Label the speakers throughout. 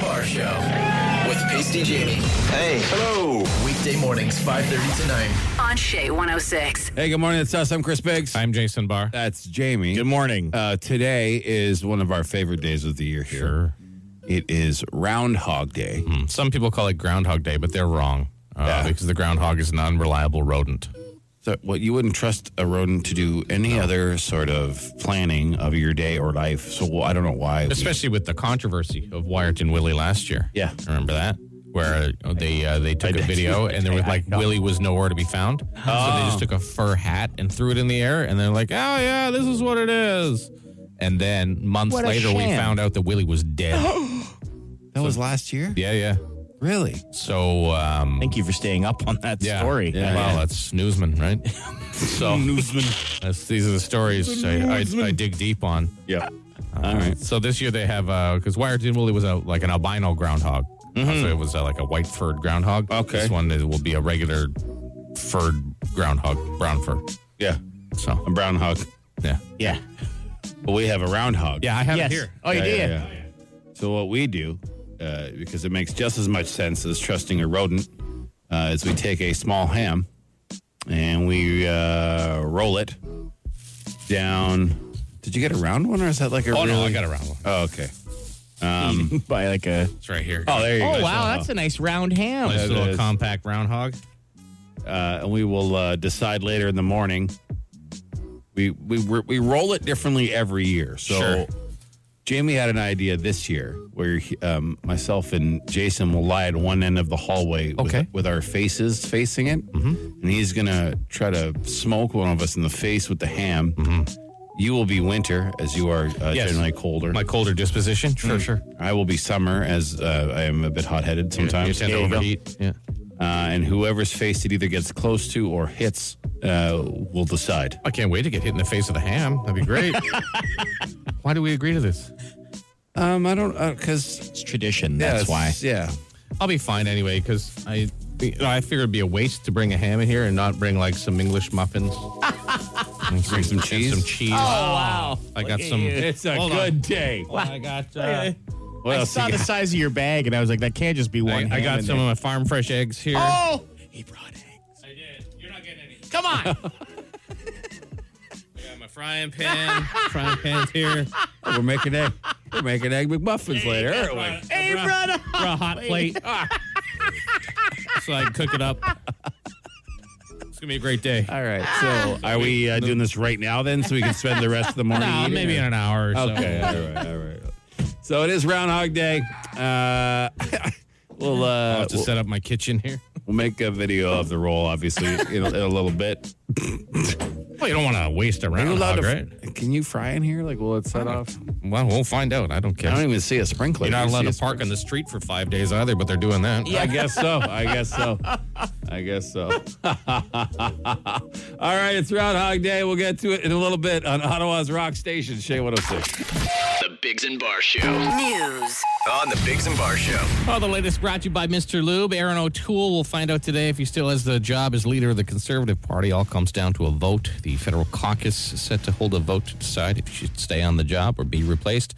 Speaker 1: Car Show with Pasty Jamie.
Speaker 2: Hey. Hello.
Speaker 1: Weekday mornings, 5.30 to 9.
Speaker 3: on oh Shay 106.
Speaker 4: Hey, good morning. It's us. I'm Chris Biggs.
Speaker 5: I'm Jason Barr.
Speaker 4: That's Jamie.
Speaker 5: Good morning.
Speaker 4: Uh, today is one of our favorite days of the year here.
Speaker 5: Sure.
Speaker 4: It is Roundhog Day.
Speaker 5: Some people call it Groundhog Day, but they're wrong uh,
Speaker 4: Yeah.
Speaker 5: because the groundhog is an unreliable rodent.
Speaker 4: So, well, you wouldn't trust a rodent to do any other sort of planning of your day or life. So, well, I don't know why. we-
Speaker 5: Especially with the controversy of Wyerton Willie last year.
Speaker 4: Yeah.
Speaker 5: remember that? Where uh, they uh, they took a video and there was like Willie was nowhere to be found, so they
Speaker 4: Oh.
Speaker 5: just took a fur hat and threw it in the air, and they're like, "Oh yeah, this is what it is." And then months
Speaker 4: What a
Speaker 5: later, we
Speaker 4: sham.
Speaker 5: found out that Willie was dead.
Speaker 4: that was last year?
Speaker 5: yeah, yeah.
Speaker 4: Really?
Speaker 5: So um,
Speaker 2: Thank you for staying up on that
Speaker 5: yeah.
Speaker 2: story.
Speaker 5: Yeah, well, that's newsman, right? so newsman. That's, these are the stories I, I, I dig deep on.
Speaker 4: Yeah. All right.
Speaker 5: So this year they have uh, because Wyerton Willie was a, like an albino groundhog, so it was uh like a white furred groundhog.
Speaker 4: Mm-hmm. Okay.
Speaker 5: this one is, will be a regular furred groundhog, brown fur.
Speaker 4: Yeah.
Speaker 5: Uh, So
Speaker 4: A brown hog.
Speaker 5: yeah,
Speaker 2: Yeah.
Speaker 4: But we have a round hog.
Speaker 5: yeah, I have
Speaker 2: Yes.
Speaker 5: it here.
Speaker 2: Oh, you
Speaker 4: Yeah,
Speaker 2: did.
Speaker 4: yeah, yeah. So what we do, uh, because it makes just as much sense as trusting a rodent, uh, is we take a small ham and we uh, roll it down. Did you get a round one, or is that like a?
Speaker 5: Oh
Speaker 4: really...
Speaker 5: no, I got a round one.
Speaker 4: Oh, okay. Um,
Speaker 2: By like a.
Speaker 5: It's right here.
Speaker 4: Oh, there you go.
Speaker 2: Oh
Speaker 5: Uh-huh.
Speaker 2: wow, that's a nice round ham.
Speaker 5: nice
Speaker 4: it
Speaker 5: little
Speaker 4: is.
Speaker 5: compact groundhog.
Speaker 4: Uh, and we will uh, decide later in the morning. We we we we roll it differently every year. So.
Speaker 5: Sure.
Speaker 4: Jamie had an idea this year where he- um, myself and Jason will lie at one end of the hallway with,
Speaker 5: Okay.
Speaker 4: with our faces facing it. Mm-hmm. And he's going to try to smoke one of us in the face with the ham. You will be winter, as you are uh,
Speaker 5: Mm-hmm. Yes.
Speaker 4: generally colder.
Speaker 5: My colder disposition, Mm-hmm. sure, sure.
Speaker 4: I will be summer, as uh, I am a bit hot headed
Speaker 5: You
Speaker 4: sometimes.
Speaker 5: tend to
Speaker 4: Yeah, you go.
Speaker 5: overheat. Yeah.
Speaker 4: Uh, and whoever's face it either gets close to or hits uh, will decide.
Speaker 5: I can't wait to get hit in the face with a ham. That'd be great. Why do we agree to this?
Speaker 4: Um, I don't, because.
Speaker 2: It's tradition. That's why.
Speaker 4: Yeah.
Speaker 5: I'll be fine anyway because I, you know, I figured it'd be a waste to bring a ham in here and not bring like some English muffins. And bring some
Speaker 4: cheese?
Speaker 5: Some cheese. Oh,
Speaker 2: wow.
Speaker 5: I got some.
Speaker 2: It's a
Speaker 5: Hold
Speaker 2: good
Speaker 5: on.
Speaker 2: day.
Speaker 5: Oh, I got. Uh,
Speaker 4: What
Speaker 2: I
Speaker 4: else you
Speaker 2: saw the
Speaker 4: got?
Speaker 2: size of your bag and I was like, that can't just be
Speaker 5: I,
Speaker 2: one.
Speaker 5: I
Speaker 2: ham
Speaker 5: got
Speaker 2: in
Speaker 5: some of
Speaker 2: there.
Speaker 5: my farm fresh eggs here.
Speaker 2: Oh, he brought eggs.
Speaker 5: I did. You're not getting any.
Speaker 2: Come on.
Speaker 5: I got my frying pan. frying pan's here.
Speaker 4: We're making egg. We're making egg McMuffins later, aren't we?
Speaker 2: hey, brother.
Speaker 5: a hot plate. so I can cook it up. It's gonna be a great day.
Speaker 4: All right. So, are we uh, doing this right now then, so we can spend the rest of the morning?
Speaker 5: Nah,
Speaker 4: eating
Speaker 5: Uh, maybe
Speaker 4: it?
Speaker 5: in an hour or so.
Speaker 4: Okay. all right. All right. So it is Groundhog Day. Uh, we'll
Speaker 5: I'll
Speaker 4: uh,
Speaker 5: have to
Speaker 4: we'll,
Speaker 5: set up my kitchen here.
Speaker 4: we'll make a video of the roll, obviously, in a, in a little bit.
Speaker 5: Well, you don't want to waste a round hog, right?
Speaker 4: Can you fry in here? Like, will it set off?
Speaker 5: Well, we'll find out. I don't care.
Speaker 4: I don't even see a sprinkler.
Speaker 5: You're not
Speaker 4: Do you
Speaker 5: allowed to
Speaker 4: see a
Speaker 5: park on the street for five days either, but they're doing that.
Speaker 4: I guess so. I guess so. I guess so. All right, it's Groundhog Day. We'll get to it in a little bit on Ottawa's Rock Station, Shea 106.
Speaker 1: The Biggs and Bar Show.
Speaker 3: News.
Speaker 1: On The Biggs and Bar Show.
Speaker 5: Oh, the latest brought to you by Mr. Lube. Aaron O'Toole will find out today if he still has the job as leader of the Conservative Party. All comes down to a vote. The federal caucus is set to hold a vote to decide if he should stay on the job or be replaced.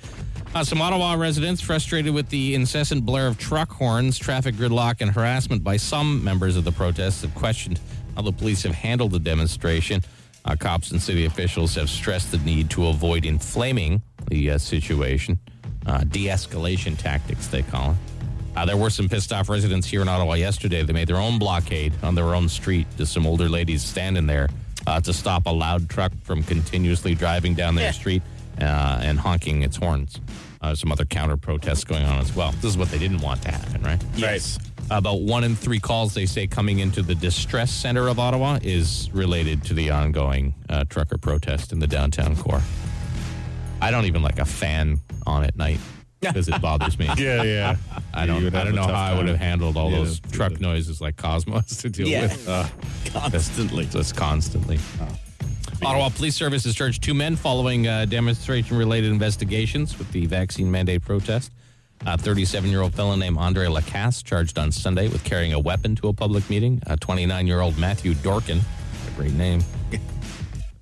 Speaker 5: Uh, some Ottawa residents frustrated with the incessant blare of truck horns, traffic gridlock, and harassment by some members of the protests have questioned how the police have handled the demonstration. Uh, cops and city officials have stressed the need to avoid inflaming the uh, situation. Uh, De escalation tactics, they call it. Uh, there were some pissed off residents here in Ottawa yesterday. They made their own blockade on their own street. Just some older ladies standing there uh, to stop a loud truck from continuously driving down their street uh, and honking its horns. Uh, some other counter protests going on as well. This is what they didn't want to happen, right?
Speaker 4: Yes.
Speaker 5: About one in three calls they say coming into the distress center of Ottawa is related to the ongoing uh, trucker protest in the downtown core. I don't even like a fan on at night because it bothers me.
Speaker 4: Yeah, yeah.
Speaker 5: I don't.
Speaker 4: You would
Speaker 5: I
Speaker 4: have
Speaker 5: don't
Speaker 4: a
Speaker 5: know
Speaker 4: tough
Speaker 5: how I
Speaker 4: time.
Speaker 5: would have handled all
Speaker 4: Yeah,
Speaker 5: those
Speaker 4: that's-
Speaker 5: truck noises like Cosmo has to deal
Speaker 2: Yeah.
Speaker 5: with uh, constantly. Just constantly. Ottawa Police Service has charged two men following uh, demonstration-related investigations with the vaccine mandate protest. A 37-year-old fellow named Andre Lacasse charged on Sunday with carrying a weapon to a public meeting. A 29-year-old Matthew Dorkin, a great name,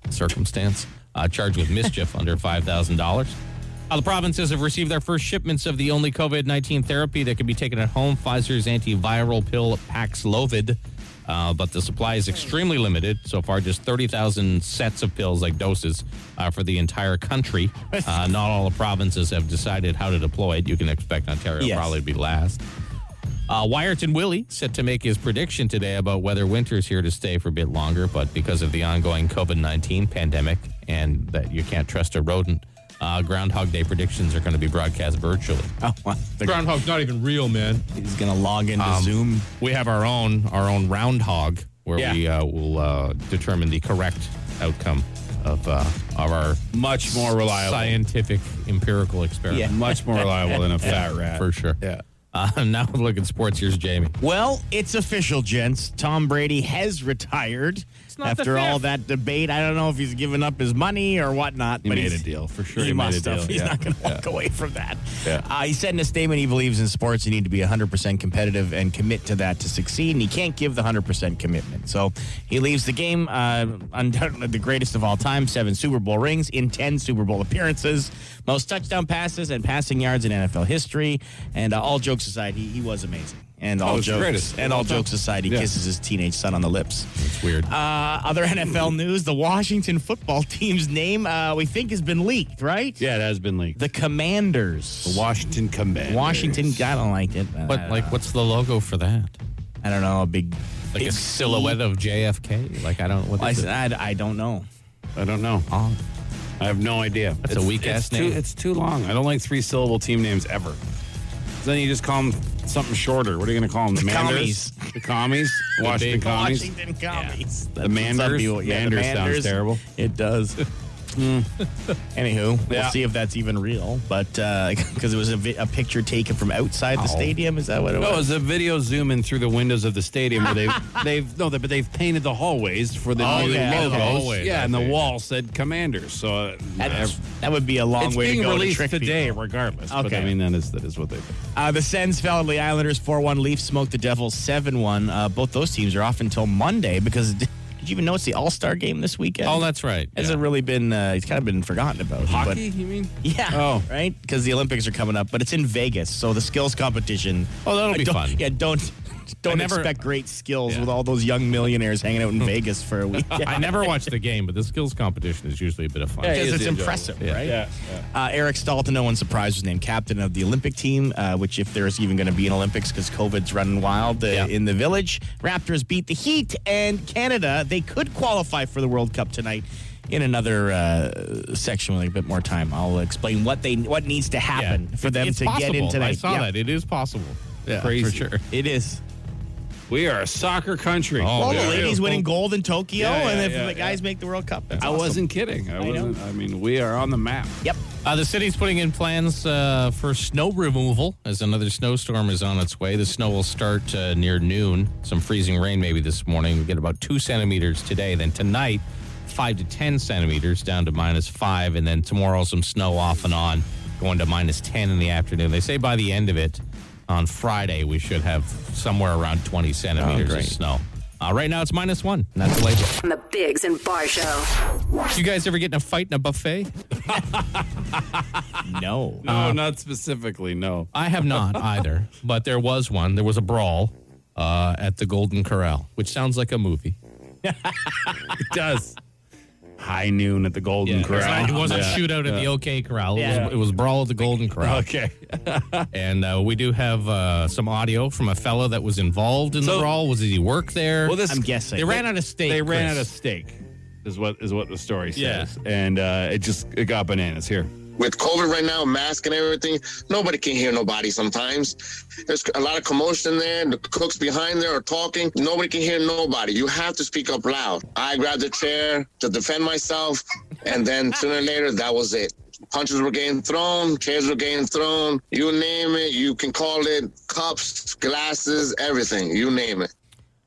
Speaker 5: circumstance, uh, charged with mischief under five thousand dollars. Uh, the provinces have received their first shipments of the only COVID 19 therapy that can be taken at home Pfizer's antiviral pill Paxlovid. Uh, but the supply is extremely limited. So far, just 30,000 sets of pills, like doses, uh, for the entire country. Uh, not all the provinces have decided how to deploy it. You can expect Ontario
Speaker 2: Yes.
Speaker 5: probably to be last. Uh, Wyerton Willie set to make his prediction today about whether winter's here to stay for a bit longer, but because of the ongoing COVID 19 pandemic and that you can't trust a rodent, uh, Groundhog Day predictions are going to be broadcast virtually.
Speaker 2: Oh, wow. The-
Speaker 5: Groundhog's not even real, man.
Speaker 2: He's going to log into
Speaker 5: Um,
Speaker 2: Zoom.
Speaker 5: We have our own our own Roundhog where
Speaker 4: Yeah.
Speaker 5: we uh, will uh, determine the correct outcome of uh, of our
Speaker 4: Much more reliable.
Speaker 5: scientific empirical experiment.
Speaker 2: Yeah.
Speaker 4: Much more reliable than a fat rat.
Speaker 5: For sure.
Speaker 4: Yeah.
Speaker 5: Uh, now look at sports. Here's Jamie.
Speaker 2: Well, it's official, gents. Tom Brady has retired.
Speaker 5: not the
Speaker 2: After all
Speaker 5: fifth.
Speaker 2: that debate, I don't know if he's given up his money or whatnot.
Speaker 4: He
Speaker 2: but
Speaker 4: made a
Speaker 2: he's-
Speaker 4: deal. For sure
Speaker 2: He,
Speaker 4: he made a
Speaker 2: must have.
Speaker 4: deal.
Speaker 2: He's
Speaker 4: Yeah.
Speaker 2: not going to walk away from that.
Speaker 4: Yeah.
Speaker 2: Uh, he said in a statement he believes in sports you need to be 100% competitive and commit to that to succeed, and he can't give the 100% commitment. So he leaves the game uh, undoubtedly the greatest of all time, seven Super Bowl rings in 10 Super Bowl appearances, most touchdown passes and passing yards in NFL history. And uh, all jokes aside, he, he was amazing. And all
Speaker 4: Oh, he's the
Speaker 2: jokes,
Speaker 4: greatest
Speaker 2: and
Speaker 4: of
Speaker 2: all
Speaker 4: all time.
Speaker 2: jokes aside, he
Speaker 4: Yeah.
Speaker 2: kisses his teenage son on the lips.
Speaker 5: It's weird.
Speaker 2: Uh, other NFL news: the Washington football team's name, uh, we think, has been leaked, right?
Speaker 4: Yeah, it has been leaked.
Speaker 2: The Commanders.
Speaker 4: Washington Commanders.
Speaker 2: Washington. I don't like it. but I
Speaker 5: What
Speaker 2: don't
Speaker 5: like
Speaker 2: know.
Speaker 5: what's the logo for that?
Speaker 2: I don't know. A big,
Speaker 5: Like
Speaker 2: big
Speaker 5: a silhouette of JFK? Like I don't what
Speaker 2: I,
Speaker 5: is it?
Speaker 2: said, I, I don't know.
Speaker 4: I don't know.
Speaker 5: Oh,
Speaker 4: I have no idea.
Speaker 5: That's a
Speaker 4: It's-
Speaker 5: weak
Speaker 4: it's
Speaker 5: ass
Speaker 4: too-
Speaker 5: name.
Speaker 4: It's too long. I don't like three syllable team names ever. 'Cause Then you just call them something shorter. What are you going to call them? The
Speaker 2: commies.
Speaker 4: The commies. Washington
Speaker 5: big
Speaker 4: commies.
Speaker 2: Washington Commies. That's what
Speaker 4: Manders?
Speaker 2: some people- yeah, the
Speaker 4: Manders sounds
Speaker 2: Manders.
Speaker 4: terrible.
Speaker 2: It does. Mm. Anywho, we'll
Speaker 4: Yeah.
Speaker 2: see if that's even real. But because it was a, vi- a picture taken from outside the
Speaker 4: Oh.
Speaker 2: stadium, is that what it
Speaker 4: No,
Speaker 2: was?
Speaker 4: it's a video zoom in through the windows of the stadium where they've they've no, but they've painted the hallways for the
Speaker 2: Oh,
Speaker 4: new
Speaker 2: yeah, okay.
Speaker 4: logos.
Speaker 5: Hallways,
Speaker 4: yeah,
Speaker 5: I
Speaker 4: and the
Speaker 5: see.
Speaker 4: wall said Commanders. So uh,
Speaker 2: That's-
Speaker 4: ev-
Speaker 2: that would be a long
Speaker 4: it's
Speaker 2: way
Speaker 4: being
Speaker 2: to go to
Speaker 4: released
Speaker 2: trick
Speaker 4: today,
Speaker 2: people.
Speaker 4: regardless. But
Speaker 2: Okay.
Speaker 4: I mean that is that is what they. Did.
Speaker 2: Uh, the Sens fell to the Islanders 4 1. Leafs smoked the Devils 7 1. Uh, both those teams are off until Monday because did you even know it's the All Star game this weekend?
Speaker 5: oh that's right.
Speaker 2: Hasn't
Speaker 5: Yeah.
Speaker 2: really been, uh, it's kind of been forgotten about.
Speaker 4: Hockey, you mean?
Speaker 2: But, yeah.
Speaker 4: Oh.
Speaker 2: Right? Because the Olympics are coming up, but it's in Vegas. So the skills competition.
Speaker 5: Oh, that'll
Speaker 2: I
Speaker 5: be
Speaker 2: don't-
Speaker 5: fun.
Speaker 2: Yeah, don't. Don't
Speaker 5: never-
Speaker 2: expect great skills
Speaker 5: Yeah.
Speaker 2: with all those young millionaires hanging out in Vegas for a weekend.
Speaker 5: I never watched the game, but the skills competition is usually a bit of fun.
Speaker 2: because it's
Speaker 4: is enjoyable.
Speaker 2: impressive,
Speaker 5: Yeah.
Speaker 2: right?
Speaker 4: Yeah,
Speaker 2: Uh, Eric Stahl, to no one's surprise, was named captain of the Olympic team, uh, which, if there's even going to be an Olympics because COVID's running wild uh,
Speaker 5: Yeah.
Speaker 2: in the village, Raptors beat the Heat and Canada. They could qualify for the World Cup tonight. In another uh, section with a bit more time, I'll explain what they what needs to
Speaker 5: Yeah.
Speaker 2: happen for them
Speaker 5: It's
Speaker 2: to get
Speaker 5: possible.
Speaker 2: in tonight.
Speaker 5: I saw
Speaker 2: Yeah.
Speaker 5: that. It is possible.
Speaker 4: Yeah,
Speaker 5: Crazy.
Speaker 4: for sure.
Speaker 2: It is.
Speaker 4: We are a soccer country.
Speaker 5: Oh,
Speaker 2: All
Speaker 5: we
Speaker 2: the
Speaker 5: are.
Speaker 2: ladies winning gold in Tokyo,
Speaker 4: Yeah, yeah,
Speaker 2: and if
Speaker 4: yeah,
Speaker 2: the guys make the World Cup, that's
Speaker 4: I
Speaker 2: awesome.
Speaker 4: wasn't kidding. I,
Speaker 2: know.
Speaker 4: wasn't. I mean, we are on the map.
Speaker 2: Yep.
Speaker 5: Uh, the city's putting in plans uh, for snow removal as another snowstorm is on its way. The snow will start uh, near noon. Some freezing rain maybe this morning. We get about two centimeters today. Then tonight, five to ten centimeters down to minus five. And then tomorrow, some snow off and on going to minus 10 in the afternoon. They say by the end of it on Friday, we should have somewhere around 20 centimeters of
Speaker 2: great.
Speaker 5: snow. Uh, right now, it's minus one.
Speaker 2: Not the latest.
Speaker 3: On the Bigs and Bar Show.
Speaker 5: You guys ever get in a fight in a buffet?
Speaker 2: No.
Speaker 4: No, not Uh, specifically. No.
Speaker 5: I have not either, but there was one. There was a brawl uh, at the Golden Corral, which sounds like a movie.
Speaker 4: It does. High noon at the Golden
Speaker 5: It was
Speaker 4: Corral.
Speaker 5: not- It wasn't
Speaker 4: Yeah.
Speaker 5: shootout at the OK Corral. It,
Speaker 2: Yeah.
Speaker 5: was, it was brawl at the Golden Corral.
Speaker 4: Okay.
Speaker 5: And uh, we do have uh, some audio from a fellow that was involved in the
Speaker 4: So-
Speaker 5: brawl. Was did he work there?
Speaker 4: Well, this
Speaker 2: I'm guessing.
Speaker 5: they ran out of steak.
Speaker 4: they ran
Speaker 5: Chris.
Speaker 4: out of steak. Is what is what the story
Speaker 5: Yeah.
Speaker 4: says, and uh, it just it got bananas here.
Speaker 6: with COVID right now, mask and everything, nobody can hear nobody sometimes. There's a lot of commotion there. The cooks behind there are talking. Nobody can hear nobody. You have to speak up loud. I grabbed a chair to defend myself. And then sooner or later, that was it. Punches were getting thrown, chairs were getting thrown. You name it, you can call it cups, glasses, everything. You name it.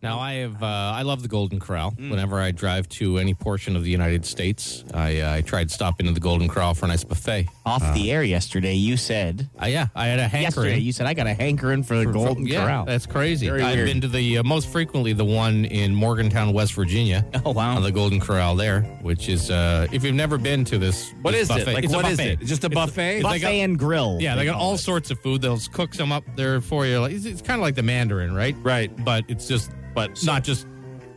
Speaker 5: Now I have uh, I love the Golden Corral.
Speaker 4: Mm.
Speaker 5: Whenever I drive to any portion of the United States, I uh, I tried stopping into the Golden Corral for a nice buffet.
Speaker 2: Off the air yesterday, you said.
Speaker 5: Uh, yeah, I had a hankering.
Speaker 2: Yesterday, you said I got a hankering for the
Speaker 5: for-
Speaker 2: Golden
Speaker 5: yeah,
Speaker 2: Corral.
Speaker 5: That's crazy.
Speaker 2: Very
Speaker 5: I've
Speaker 2: weird.
Speaker 5: been to the uh, most frequently the one in Morgantown, West Virginia.
Speaker 2: Oh, wow.
Speaker 5: Uh, the Golden Corral there, which is uh, if you've never been to this,
Speaker 4: What
Speaker 5: this
Speaker 4: is it?
Speaker 5: buffet-
Speaker 4: Like,
Speaker 5: it's a
Speaker 4: what is
Speaker 5: buffet.
Speaker 4: it? Just a buffet?
Speaker 2: Buffet
Speaker 5: It's like a-
Speaker 2: and grill.
Speaker 5: Yeah, they got all sorts of food. They'll cook some up there for you. Like, it's, it's kind of like the Mandarin, right?
Speaker 4: Right.
Speaker 5: But it's just, but not just,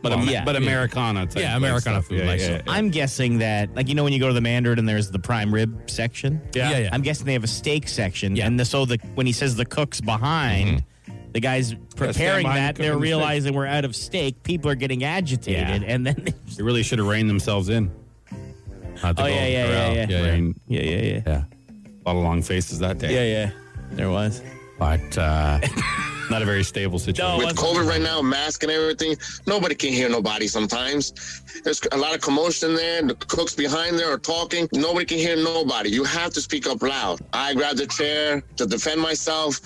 Speaker 4: but,
Speaker 5: well,
Speaker 4: Am-
Speaker 2: yeah.
Speaker 4: but Americana type.
Speaker 5: Yeah,
Speaker 4: like
Speaker 5: Americana
Speaker 4: stuff.
Speaker 5: food, like so.
Speaker 2: I'm guessing that, like, you know, when you go to the Mandarin and there's the prime rib section?
Speaker 5: Yeah. Yeah, yeah.
Speaker 2: I'm guessing they have a steak section.
Speaker 5: Yeah. Mm-hmm.
Speaker 2: And the, so the when he says the cook's behind, the guy's preparing
Speaker 4: behind
Speaker 2: that,
Speaker 4: cooking
Speaker 2: they're
Speaker 4: the steak.
Speaker 2: realizing we're out of steak. People are getting agitated.
Speaker 5: Yeah.
Speaker 2: And then,
Speaker 4: They really should have reined themselves in.
Speaker 5: not the
Speaker 2: oh,
Speaker 5: Golden
Speaker 2: yeah, yeah,
Speaker 5: Corral.
Speaker 2: yeah, yeah.
Speaker 5: yeah.
Speaker 4: Rain-
Speaker 2: yeah, yeah, yeah.
Speaker 4: yeah. A lot of long faces that day.
Speaker 2: Yeah, yeah. There was.
Speaker 5: But uh,
Speaker 4: Not a very stable situation.
Speaker 2: No.
Speaker 6: With COVID right now, mask and everything, nobody can hear nobody sometimes. There's a lot of commotion there. The cooks behind there are talking. Nobody can hear nobody. You have to speak up loud. I grabbed a chair to defend myself.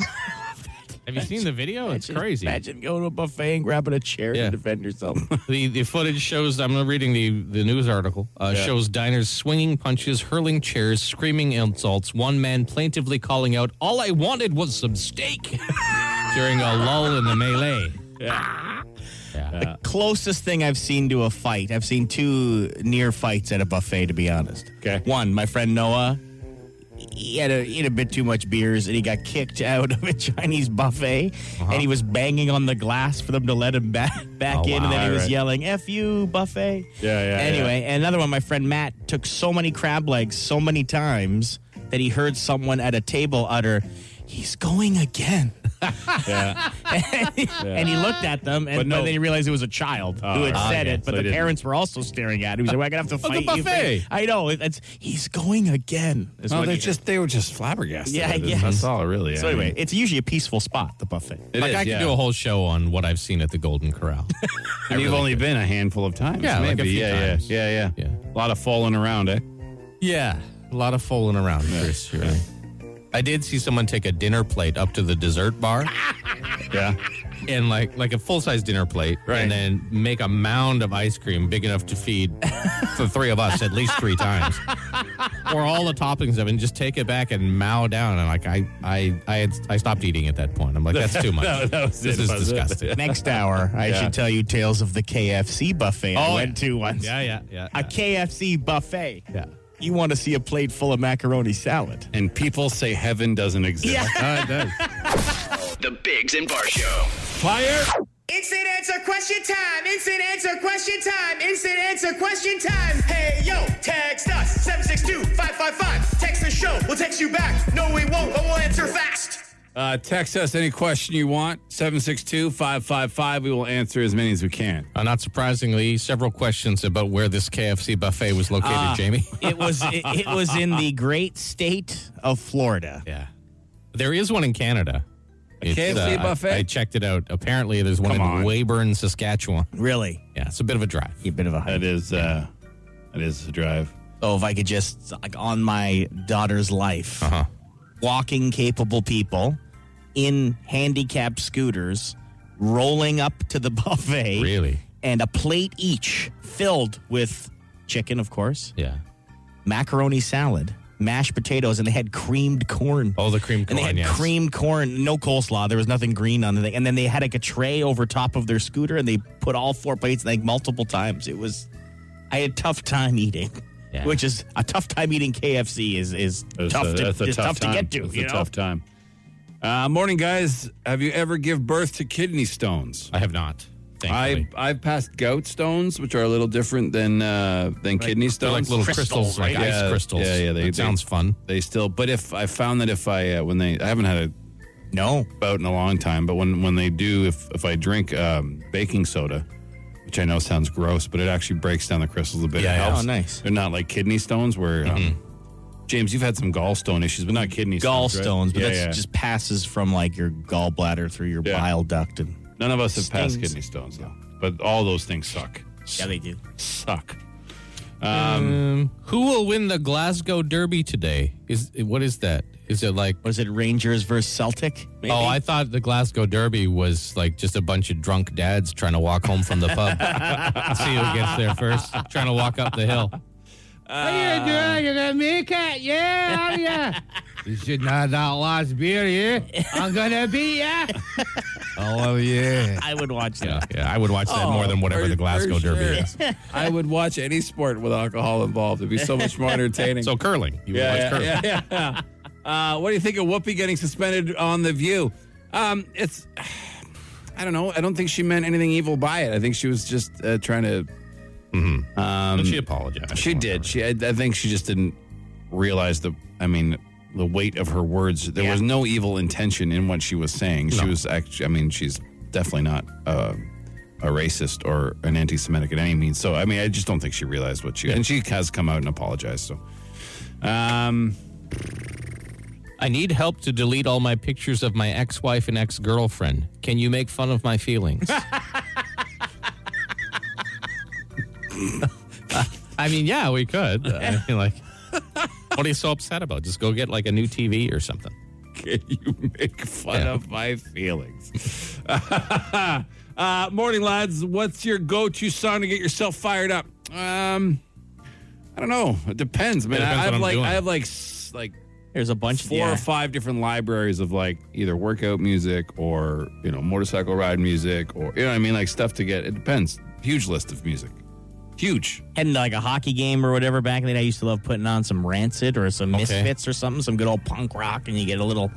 Speaker 5: have you seen the video? It's
Speaker 2: Just
Speaker 5: crazy.
Speaker 2: Imagine going to a buffet and grabbing a chair
Speaker 5: Yeah.
Speaker 2: to defend yourself.
Speaker 5: The, the footage shows. I'm reading the the news article. Uh, Shows diners swinging punches, hurling chairs, screaming insults. One man plaintively calling out, "All I wanted was some steak," during a lull in the melee.
Speaker 2: the closest thing I've seen to a fight, I've seen two near fights at a buffet, to be honest.
Speaker 4: Okay.
Speaker 2: One, my friend Noah, he had a, he had a bit too much beers and he got kicked out of a Chinese buffet
Speaker 4: Uh-huh.
Speaker 2: and he was banging on the glass for them to let him back, back
Speaker 5: Oh,
Speaker 2: in. And then
Speaker 5: wow.
Speaker 2: he was
Speaker 4: Alright.
Speaker 2: yelling, F you, buffet.
Speaker 4: Yeah, yeah,
Speaker 2: Anyway, and another one, my friend Matt took so many crab legs so many times that he heard someone at a table utter, He's going again.
Speaker 4: Yeah.
Speaker 2: And he looked at them, and but
Speaker 4: But no-
Speaker 2: then he realized it was a child uh, who had
Speaker 4: right.
Speaker 2: said
Speaker 4: Ah, yeah.
Speaker 2: it. But
Speaker 4: So he
Speaker 2: the
Speaker 4: didn't-
Speaker 2: parents were also staring at him. He's like, "Well, "I'm gonna have to
Speaker 5: the
Speaker 2: fight you." for
Speaker 5: buffet.
Speaker 2: it." I know. It's he's going again. is
Speaker 4: No,
Speaker 2: what
Speaker 4: they
Speaker 2: he-
Speaker 4: just they were just flabbergasted.
Speaker 2: Yeah, I guess.
Speaker 4: That's all really.
Speaker 2: So
Speaker 4: I mean,
Speaker 2: anyway, it's usually a peaceful spot, the buffet.
Speaker 4: it
Speaker 5: like
Speaker 4: is,
Speaker 5: I could
Speaker 4: yeah.
Speaker 5: do a whole show on what I've seen at the Golden Corral.
Speaker 4: And you've only been a handful of times.
Speaker 5: Yeah, like a
Speaker 4: maybe.
Speaker 5: few
Speaker 4: yeah,
Speaker 5: times.
Speaker 4: yeah, yeah, yeah,
Speaker 5: Yeah.
Speaker 4: A lot of falling around, eh?
Speaker 5: yeah, a lot of fooling around, Chris. You're right. I did see someone take a dinner plate up to the dessert bar.
Speaker 4: Yeah.
Speaker 5: and like like a full size dinner plate,
Speaker 4: Right.
Speaker 5: and then make a mound of ice cream big enough to feed the three of us at least three times, or all the toppings of, it, and just take it back and mow down. And like I I I had I stopped eating at that point. I'm like that's too much.
Speaker 4: that was
Speaker 5: this
Speaker 4: it,
Speaker 5: is
Speaker 4: was it?
Speaker 5: disgusting.
Speaker 2: Next hour, I
Speaker 4: Yeah.
Speaker 2: should tell you tales of the KFC buffet I
Speaker 5: Oh,
Speaker 2: went to once.
Speaker 5: Yeah, yeah, yeah.
Speaker 2: A KFC buffet.
Speaker 5: yeah.
Speaker 2: You want to see a plate full of macaroni salad?
Speaker 4: And people say heaven doesn't exist.
Speaker 2: Yeah.
Speaker 4: Oh, it does.
Speaker 1: The Bigs and Bar Show.
Speaker 4: Fire.
Speaker 7: Instant answer question time. Instant answer question time. Instant answer question time. Hey yo, text us 762-555. Text the show. We'll text you back. No, we won't, but we'll answer fast.
Speaker 4: Uh, text us any question you want. 762-555. We will answer as many as we can.
Speaker 5: Uh, not surprisingly, several questions about where this KFC buffet was located,
Speaker 4: Ah.
Speaker 5: Jamie.
Speaker 2: It was it, it was in the great state of Florida.
Speaker 5: Yeah. There is one in Canada. It's, uh,
Speaker 4: KFC
Speaker 5: I-
Speaker 4: buffet?
Speaker 5: I, checked it out. Apparently, there's one
Speaker 4: Come
Speaker 5: in
Speaker 4: on.
Speaker 5: Weyburn, Saskatchewan.
Speaker 2: Really,
Speaker 5: Yeah, it's a bit of a drive.
Speaker 2: a bit of a hype.
Speaker 4: That is uh that is the drive.
Speaker 2: Oh, if I could just like on my daughter's life, walking capable people in handicapped scooters rolling up to the buffet,
Speaker 5: Really?
Speaker 2: and a plate each filled with chicken, of course,
Speaker 5: Yeah.
Speaker 2: macaroni salad, mashed potatoes, and they had creamed corn.
Speaker 5: Oh, the cream corn.
Speaker 2: And they had
Speaker 5: yes.
Speaker 2: creamed corn, no coleslaw. There was nothing green on the thing. And then they had like a tray over top of their scooter, and they put all four plates like multiple times. It was, I had a tough time eating,
Speaker 5: Yeah.
Speaker 2: which is a tough time eating KFC is is
Speaker 4: That's
Speaker 2: tough
Speaker 4: a-
Speaker 2: to
Speaker 4: that's a
Speaker 2: is tough, to
Speaker 4: time.
Speaker 2: get to.
Speaker 4: That's
Speaker 2: you
Speaker 4: a
Speaker 2: know?
Speaker 4: tough time. Uh, morning, guys. Have you ever give birth to kidney stones?
Speaker 5: I have not.
Speaker 4: I
Speaker 5: Thankfully.
Speaker 4: I've passed gout stones, which are a little different than uh, than kidney
Speaker 5: They're
Speaker 4: stones.
Speaker 5: like little crystals,
Speaker 2: crystals,
Speaker 5: like
Speaker 4: right?
Speaker 5: ice
Speaker 4: Yeah,
Speaker 5: crystals.
Speaker 4: yeah, yeah, they-
Speaker 5: that
Speaker 4: they-
Speaker 5: sounds fun.
Speaker 4: They still, but if I found that if I uh, when they I haven't had a
Speaker 2: No,
Speaker 4: bout in a long time, but when when they do, if if I drink um, baking soda, which I know sounds gross, but it actually breaks down the crystals a bit.
Speaker 5: Yeah,
Speaker 4: it
Speaker 5: yeah. Mm-hmm.
Speaker 4: helps.
Speaker 2: Oh, nice.
Speaker 4: They're not like kidney stones where. Um, James, you've had some gallstone issues, but not kidney stones.
Speaker 2: gallstones,
Speaker 4: right?
Speaker 2: but
Speaker 4: Yeah,
Speaker 2: that
Speaker 4: yeah.
Speaker 2: just passes from like your gallbladder through your
Speaker 4: Yeah.
Speaker 2: bile duct and
Speaker 4: None of us have passed
Speaker 2: Stings.
Speaker 4: kidney stones though, but all those things suck.
Speaker 2: yeah, they do.
Speaker 4: Suck.
Speaker 5: Who will win the Glasgow Derby today? Is what is that? Is it like?
Speaker 2: Was it Rangers versus Celtic? Maybe?
Speaker 5: Oh, I thought the Glasgow Derby was like just a bunch of drunk dads trying to walk home from the pub. See who gets there first. Trying to walk up the hill. What are you doing? You're gonna make it, yeah, are ya? You should not have that last beer, yeah. I'm gonna beat ya. Oh yeah.
Speaker 2: I would watch
Speaker 5: Yeah,
Speaker 2: that.
Speaker 5: yeah, I would watch that Oh, more than whatever the Glasgow Derby is.
Speaker 4: I would watch any sport with alcohol involved. It'd be so much more entertaining.
Speaker 5: So curling, you would
Speaker 4: yeah,
Speaker 5: watch
Speaker 4: yeah,
Speaker 5: curling.
Speaker 4: yeah, yeah, yeah. Uh, what do you think of Whoopi getting suspended on The View? Um, it's, I don't know. I don't think she meant anything evil by it. I think she was just uh, trying to.
Speaker 5: But Mm. she apologized.
Speaker 4: She did. She, I, I think she just didn't realize the. I mean, the weight of her words. There
Speaker 2: Yeah.
Speaker 4: was no evil intention in what she was saying. She was actually. I mean, she's definitely not uh, a racist or an anti-Semitic in any means. So, I mean, I just don't think she realized what she. And she has come out and apologized. So, um,
Speaker 5: I need help to delete all my pictures of my ex-wife and ex-girlfriend. Can you make fun of my feelings? I mean, yeah, we could. I mean, like, what are you so upset about? Just go get like a new TV or something.
Speaker 4: can you make fun
Speaker 5: Yeah.
Speaker 4: of my feelings? uh, morning, lads. What's your go-to song to get yourself fired up? Um, I don't know. It depends, man.
Speaker 5: It depends what
Speaker 4: I have
Speaker 5: I'm
Speaker 4: like
Speaker 5: doing.
Speaker 4: I have like s- like
Speaker 2: There's a bunch.
Speaker 4: four
Speaker 2: yeah.
Speaker 4: or five different libraries of like either workout music or you know motorcycle ride music or you know what I mean like stuff to get. It depends. Huge list of music. Huge.
Speaker 2: heading to like a hockey game or whatever back in the day, I used to love putting on some Rancid or some Misfits or something, some good old punk rock, and you get a little,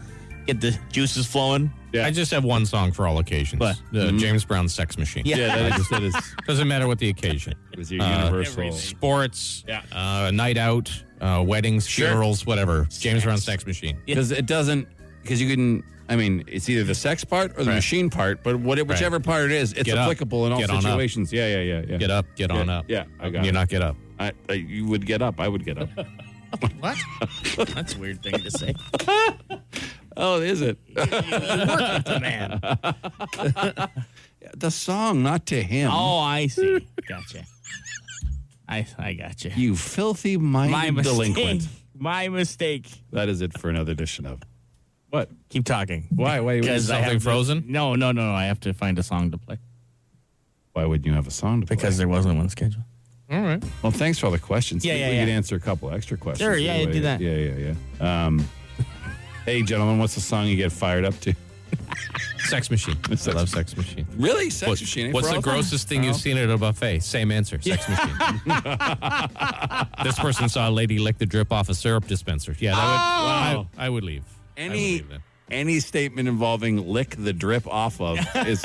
Speaker 2: get the juices flowing.
Speaker 4: Yeah.
Speaker 5: I just have one song for all occasions.
Speaker 2: What?
Speaker 5: Uh, James Brown's Sex Machine.
Speaker 2: Yeah. Yeah,
Speaker 5: that is, that is. Doesn't matter what the occasion.
Speaker 4: Is your
Speaker 5: Uh,
Speaker 4: universal.
Speaker 5: Sports,
Speaker 4: Yeah.
Speaker 5: uh, night out, uh, weddings, funerals, whatever. James Brown's Sex Machine.
Speaker 4: because it doesn't because you can i mean it's either the sex part or the machine part but what, whichever part it is it's
Speaker 5: Get up.
Speaker 4: applicable in all
Speaker 5: Get on up.
Speaker 4: situations yeah yeah yeah yeah
Speaker 5: Get up, get on up.
Speaker 4: yeah, I
Speaker 5: How
Speaker 4: got
Speaker 5: can you
Speaker 4: it.
Speaker 5: not get up?
Speaker 4: I, I, you would get up i would get up
Speaker 2: What? That's a weird thing to say.
Speaker 4: oh is it
Speaker 2: Man.
Speaker 4: the song not to him
Speaker 2: Oh, I see. Gotcha. I I gotcha.
Speaker 4: you filthy
Speaker 2: My
Speaker 4: minded
Speaker 2: mistake.
Speaker 4: delinquent
Speaker 2: My mistake.
Speaker 4: that is it for another edition of what
Speaker 2: Keep talking.
Speaker 4: why why,
Speaker 2: I
Speaker 5: Something
Speaker 2: have to-
Speaker 5: frozen?
Speaker 2: no, no, no, no. I have to find a song to play
Speaker 4: why wouldn't you have a song to play?
Speaker 2: because there wasn't one scheduled.
Speaker 5: All right.
Speaker 4: well thanks for all the questions
Speaker 2: Yeah,
Speaker 4: Think
Speaker 2: yeah,
Speaker 4: we
Speaker 2: yeah.
Speaker 4: could answer a couple extra questions
Speaker 2: Sure, yeah,
Speaker 4: anyway.
Speaker 2: do that.
Speaker 4: yeah yeah yeah um hey gentlemen what's the song you get fired up to
Speaker 5: Sex Machine. I love Sex Machine.
Speaker 4: really sex
Speaker 5: What-
Speaker 4: machine eh,
Speaker 5: What's
Speaker 4: for
Speaker 5: the
Speaker 4: all time?
Speaker 5: grossest thing you've seen at a buffet? Same answer. Sex machine. this person saw a lady lick the drip off a syrup dispenser. Yeah, that would.
Speaker 4: Oh.
Speaker 5: I, I would leave. I would
Speaker 4: any
Speaker 5: leave that.
Speaker 4: any statement involving lick the drip off of is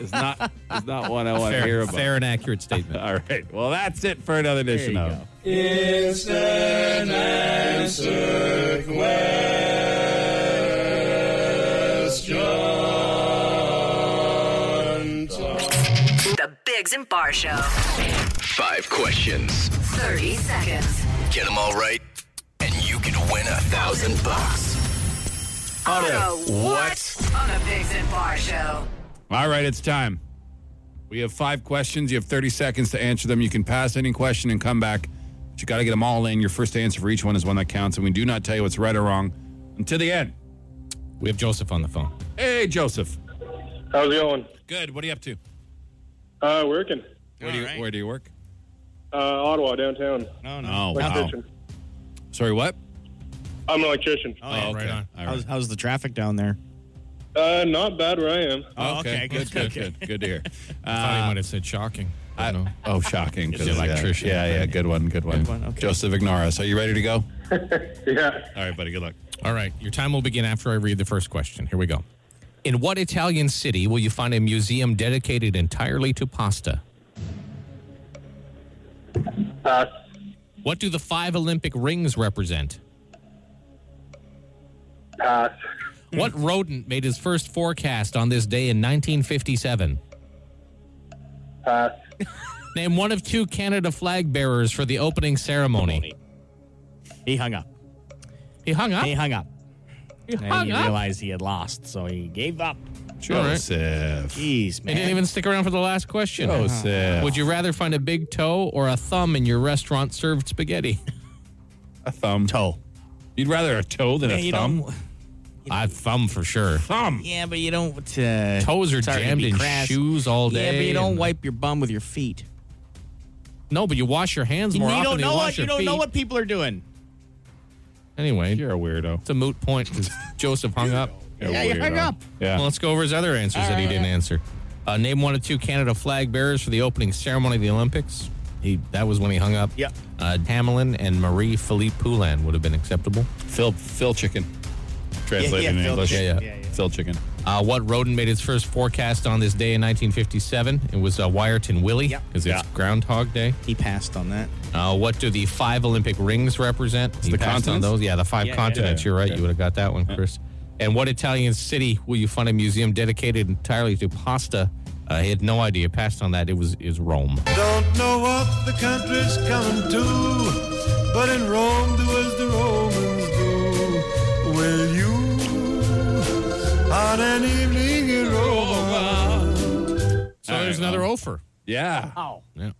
Speaker 4: is not is not one I want to
Speaker 5: Fair,
Speaker 4: hear about.
Speaker 5: fair and accurate statement.
Speaker 4: All right. Well, that's it for another edition
Speaker 2: you
Speaker 4: of
Speaker 2: go.
Speaker 3: The Bigs and Bar Show.
Speaker 1: Five questions.
Speaker 3: 30 seconds.
Speaker 1: Get them all right, and you can win a thousand bucks.
Speaker 3: Auto what? On the Bigs and Bar Show.
Speaker 4: All right, it's time. We have five questions. You have 30 seconds to answer them. You can pass any question and come back, but you got to get them all in. Your first answer for each one is one that counts, and we do not tell you what's right or wrong until the end.
Speaker 5: We have Joseph on the phone.
Speaker 4: Hey, Joseph.
Speaker 8: How's it going?
Speaker 4: Good. What are you up to?
Speaker 8: Uh, working.
Speaker 4: Where do you, where do you work?
Speaker 8: Uh, Ottawa, downtown.
Speaker 4: Oh, no. wow.
Speaker 8: Electrician.
Speaker 4: Sorry, what?
Speaker 8: I'm an electrician.
Speaker 5: Oh,
Speaker 4: Oh,
Speaker 5: yeah, right on.
Speaker 4: All right.
Speaker 2: How's, how's the traffic down there?
Speaker 8: Uh, not bad where I am. Uh,
Speaker 2: Oh, okay,
Speaker 4: Good,
Speaker 2: good,
Speaker 4: good, good. Good to hear.
Speaker 5: I thought he might have said shocking. I don't know.
Speaker 4: Oh, shocking. 'cause,
Speaker 5: It's an
Speaker 4: yeah,
Speaker 5: electrician.
Speaker 4: Yeah, yeah, good one, good one.
Speaker 2: one, okay.
Speaker 4: Joseph, ignore us. Are you ready to go?
Speaker 8: Yeah.
Speaker 4: All right, buddy, good luck.
Speaker 5: All right, your time will begin after I read the first question. Here we go. In what Italian city will you find a museum dedicated entirely to pasta?
Speaker 8: Uh,
Speaker 5: What do the five Olympic rings represent?
Speaker 8: pass.
Speaker 5: What rodent made his first forecast on this day in 1957?
Speaker 8: Pass.
Speaker 5: Name one of two Canada flag bearers for the opening ceremony.
Speaker 2: He hung up.
Speaker 5: He hung up.
Speaker 2: He hung up. and
Speaker 5: hung
Speaker 2: he
Speaker 5: up?
Speaker 2: realized he had lost, so he gave up.
Speaker 4: Joseph.
Speaker 2: Jeez,
Speaker 5: He didn't
Speaker 2: man.
Speaker 5: even stick around for the last question.
Speaker 4: Joseph.
Speaker 5: Would you rather find a big toe or a thumb in your restaurant served spaghetti?
Speaker 4: a thumb?
Speaker 2: Toe.
Speaker 4: You'd rather a toe than
Speaker 2: Yeah,
Speaker 4: a
Speaker 2: you
Speaker 4: thumb?
Speaker 2: don't-
Speaker 5: I thumb for sure.
Speaker 4: Thumb.
Speaker 2: yeah, but you don't. Uh,
Speaker 5: Toes are
Speaker 2: it's hard to
Speaker 5: jammed
Speaker 2: be
Speaker 5: in
Speaker 2: crass.
Speaker 5: shoes all day.
Speaker 2: Yeah, but you don't
Speaker 5: and-
Speaker 2: wipe your bum with your feet.
Speaker 5: No, but you wash your hands
Speaker 2: You
Speaker 5: more often.
Speaker 2: don't
Speaker 5: than
Speaker 2: know
Speaker 5: you wash
Speaker 2: what you
Speaker 5: your
Speaker 2: don't know
Speaker 5: feet.
Speaker 2: what people are doing.
Speaker 5: Anyway,
Speaker 4: You're a weirdo.
Speaker 5: it's a moot point because Joseph hung up.
Speaker 4: You're a
Speaker 2: Yeah, you
Speaker 4: weirdo.
Speaker 2: hung up.
Speaker 4: Yeah.
Speaker 5: Well, let's go over his other answers that he didn't answer. Uh, name one or two Canada flag bearers for the opening ceremony of the Olympics. He that was when he hung up.
Speaker 2: Yep.
Speaker 5: Uh, Hamelin and Marie Philippe Poulin would have been acceptable.
Speaker 4: Phil, Phil chicken. Translated
Speaker 2: yeah,
Speaker 4: in
Speaker 2: Phil
Speaker 4: English.
Speaker 5: chicken. Yeah,
Speaker 2: yeah. Yeah, yeah.
Speaker 4: Phil chicken.
Speaker 5: Uh, what rodent made its first forecast on this day in 1957? It was uh, Wyerton Willie
Speaker 2: Yep.
Speaker 5: because
Speaker 4: Yeah.
Speaker 5: it's Groundhog Day.
Speaker 2: He passed on that.
Speaker 5: Uh, what do the five Olympic rings represent? He
Speaker 4: the
Speaker 5: passed on
Speaker 4: continents?
Speaker 5: those. Yeah, the five
Speaker 2: Yeah, yeah,
Speaker 5: continents.
Speaker 4: yeah.
Speaker 5: You're right.
Speaker 4: Okay.
Speaker 5: You would have got that one, Chris. And what Italian city will you find a museum dedicated entirely to pasta? Uh, he had no idea. Passed on that. It was is Rome.
Speaker 9: Don't know what the country's coming to, but in Rome do as the Romans do. Will you, on an evening in Rome?
Speaker 5: So
Speaker 4: All right,
Speaker 5: there's another offer.
Speaker 4: Yeah.
Speaker 5: Yeah.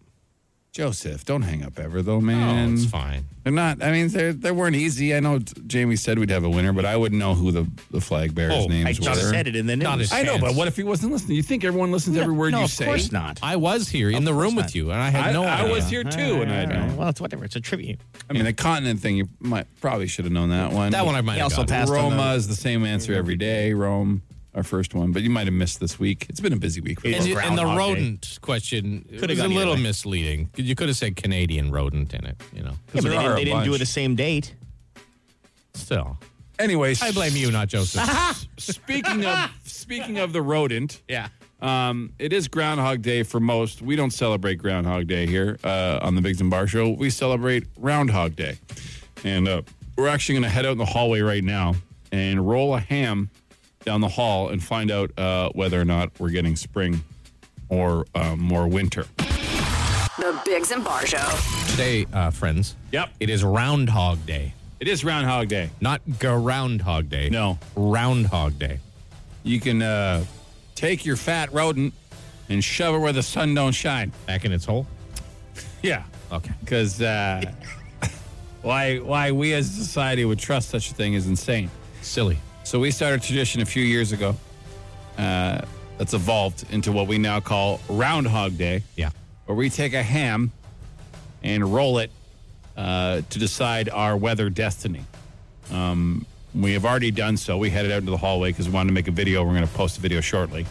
Speaker 4: Joseph, don't hang up ever though,
Speaker 5: Oh,
Speaker 4: man.
Speaker 5: it's fine.
Speaker 4: They're not. I mean, they they weren't easy. I know t- Jamie said we'd have a winner, but I wouldn't know who the, the flag bearers'
Speaker 5: Oh,
Speaker 4: names
Speaker 2: I
Speaker 4: were.
Speaker 2: just said it in the
Speaker 5: Not
Speaker 2: news.
Speaker 5: a
Speaker 4: I know,
Speaker 5: chance.
Speaker 4: but what if he wasn't listening? You think everyone listens to every word
Speaker 2: no,
Speaker 4: you
Speaker 2: of
Speaker 4: say?
Speaker 2: course not.
Speaker 5: I was here in the room with you, and I had
Speaker 4: I,
Speaker 5: no
Speaker 4: I
Speaker 5: idea.
Speaker 4: was here too, and I
Speaker 2: Alright,
Speaker 4: know.
Speaker 2: Well, it's whatever. It's a tribute.
Speaker 4: I mean, the continent thing, you might probably should have known that one.
Speaker 5: That one I might
Speaker 2: He
Speaker 5: have
Speaker 2: also
Speaker 5: gotten.
Speaker 2: passed on
Speaker 4: Roma
Speaker 2: the-
Speaker 4: is the same answer every day. Rome, our first one, but you might have missed this week. It's been a busy week. For
Speaker 5: And,
Speaker 4: both.
Speaker 5: you- and the
Speaker 2: Groundhog Day.
Speaker 5: rodent question
Speaker 2: Could've
Speaker 5: was a
Speaker 2: gone either
Speaker 5: little
Speaker 2: way.
Speaker 5: misleading. You could have said Canadian rodent in it, you know.
Speaker 2: Yeah, but
Speaker 4: there
Speaker 2: they,
Speaker 4: are
Speaker 2: didn't,
Speaker 4: a
Speaker 2: they didn't do
Speaker 4: bunch.
Speaker 2: it the same date.
Speaker 5: Still,
Speaker 4: anyway,
Speaker 5: I blame you, not Joseph.
Speaker 4: Speaking of speaking of the rodent,
Speaker 5: yeah.
Speaker 4: Um, it is Groundhog Day for most. We don't celebrate Groundhog Day here uh, on the Big and Bar Show. We celebrate Roundhog Day, and uh, we're actually going to head out in the hallway right now and roll a ham down the hall and find out uh, whether or not we're getting spring or uh, more winter.
Speaker 3: The Biggs and Bar Show.
Speaker 5: Today, uh, friends.
Speaker 4: Yep.
Speaker 5: It is Roundhog Day,
Speaker 4: It is Roundhog Day.
Speaker 5: not Groundhog Day.
Speaker 4: No.
Speaker 5: Roundhog Day.
Speaker 4: You can uh, take your fat rodent and shove it where the sun don't shine.
Speaker 5: Back in its hole.
Speaker 4: Yeah.
Speaker 5: Okay.
Speaker 4: because uh, why why we as a society would trust such a thing is insane.
Speaker 5: Silly.
Speaker 4: So we started a tradition a few years ago uh, that's evolved into what we now call Roundhog Day,
Speaker 5: Yeah.
Speaker 4: where we take a ham and roll it uh, to decide our weather destiny. Um, we have already done so. We headed out into the hallway because we wanted to make a video. We're going to post a video shortly.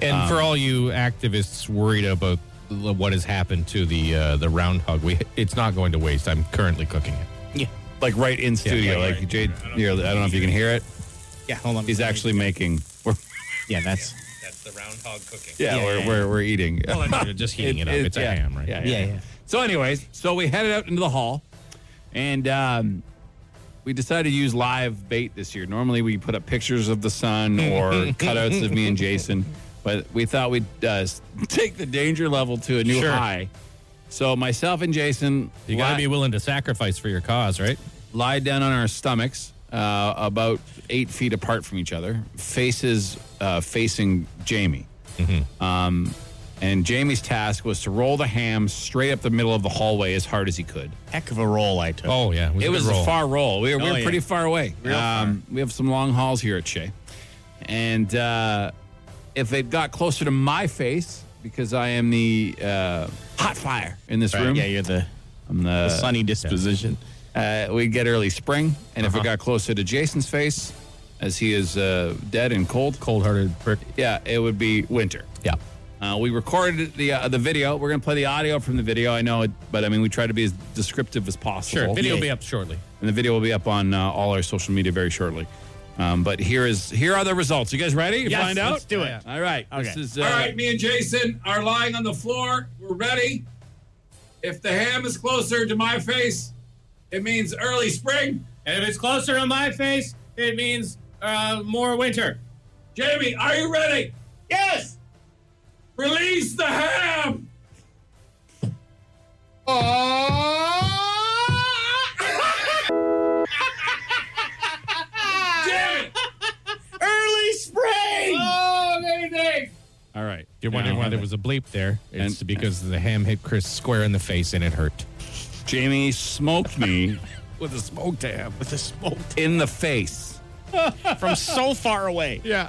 Speaker 5: And for all you activists worried about l- what has happened to the uh, the roundhog, we it's not going to waste. I'm currently cooking it.
Speaker 2: Yeah.
Speaker 4: Like right in studio,
Speaker 5: right,
Speaker 4: like Jade. Here, I don't know if you can hear it.
Speaker 2: Yeah, hold on.
Speaker 4: He's actually making. We're,
Speaker 2: Yeah, that's.
Speaker 5: That's the roundhog cooking.
Speaker 4: yeah,
Speaker 2: Yeah,
Speaker 4: we're,
Speaker 2: yeah.
Speaker 4: We're, we're eating.
Speaker 5: You're just heating it, up. it's
Speaker 4: yeah.
Speaker 5: a ham, right?
Speaker 2: Yeah, yeah.
Speaker 4: So, anyways, so we headed out into the hall, and um, we decided to use live bait this year. Normally, we put up pictures of the sun or cutouts of me and Jason, but we thought we'd uh, take the danger level to a new
Speaker 5: Sure.
Speaker 4: high. So, myself and Jason,
Speaker 5: You got to
Speaker 4: li-
Speaker 5: be willing to sacrifice for your cause, right?
Speaker 4: lie down on our stomachs, uh, about eight feet apart from each other, faces uh, facing Jamie.
Speaker 2: Mm-hmm.
Speaker 4: Um, and Jamie's task was to roll the ham straight up the middle of the hallway as hard as he could.
Speaker 2: Heck of a roll I took.
Speaker 5: Oh yeah,
Speaker 4: It
Speaker 5: good
Speaker 4: was a,
Speaker 5: roll.
Speaker 4: far roll. We were, we
Speaker 2: Oh,
Speaker 4: were
Speaker 2: yeah.
Speaker 4: pretty far away.
Speaker 2: Real far.
Speaker 4: Um, we have some long hauls here at Shea. And uh, if it got closer to my face, because I am the uh, hot fire in this room,
Speaker 2: Yeah, you're the,
Speaker 4: I'm the,
Speaker 5: Uh,
Speaker 2: the sunny disposition.
Speaker 4: uh, we'd get early spring. And
Speaker 5: Uh-huh.
Speaker 4: if it got closer to Jason's face, as he is uh, dead and cold,
Speaker 5: cold-hearted prick.
Speaker 4: yeah, it would be winter.
Speaker 5: Yeah.
Speaker 4: Uh, we recorded the uh, the video. We're gonna play the audio from the video. I know it, but I mean, we try to be as descriptive as possible.
Speaker 5: Sure. Video will be up shortly.
Speaker 4: and the video will be up on uh, all our social media very shortly. Um, but here is here are the results. You guys ready to
Speaker 2: Yes,
Speaker 4: find out?
Speaker 2: let's do it.
Speaker 4: All right. This
Speaker 2: Okay.
Speaker 4: is uh,
Speaker 10: All right, me and Jason are lying on the floor. We're ready. If the ham is closer to my face, it means early spring. And if it's closer to my face, it means uh, more winter. Jamie, are you ready? Yes. Release the ham. Damn it!
Speaker 2: Early spring!
Speaker 10: Oh, amazing!
Speaker 4: All right.
Speaker 5: You're wondering
Speaker 4: Now,
Speaker 5: why there was a bleep there. It's
Speaker 4: And-
Speaker 5: because the ham hit Chris square in the face and it hurt.
Speaker 4: Jamie smoked me with a smoke tab
Speaker 2: with the smoke
Speaker 4: in the face.
Speaker 2: from so far away.
Speaker 5: Yeah.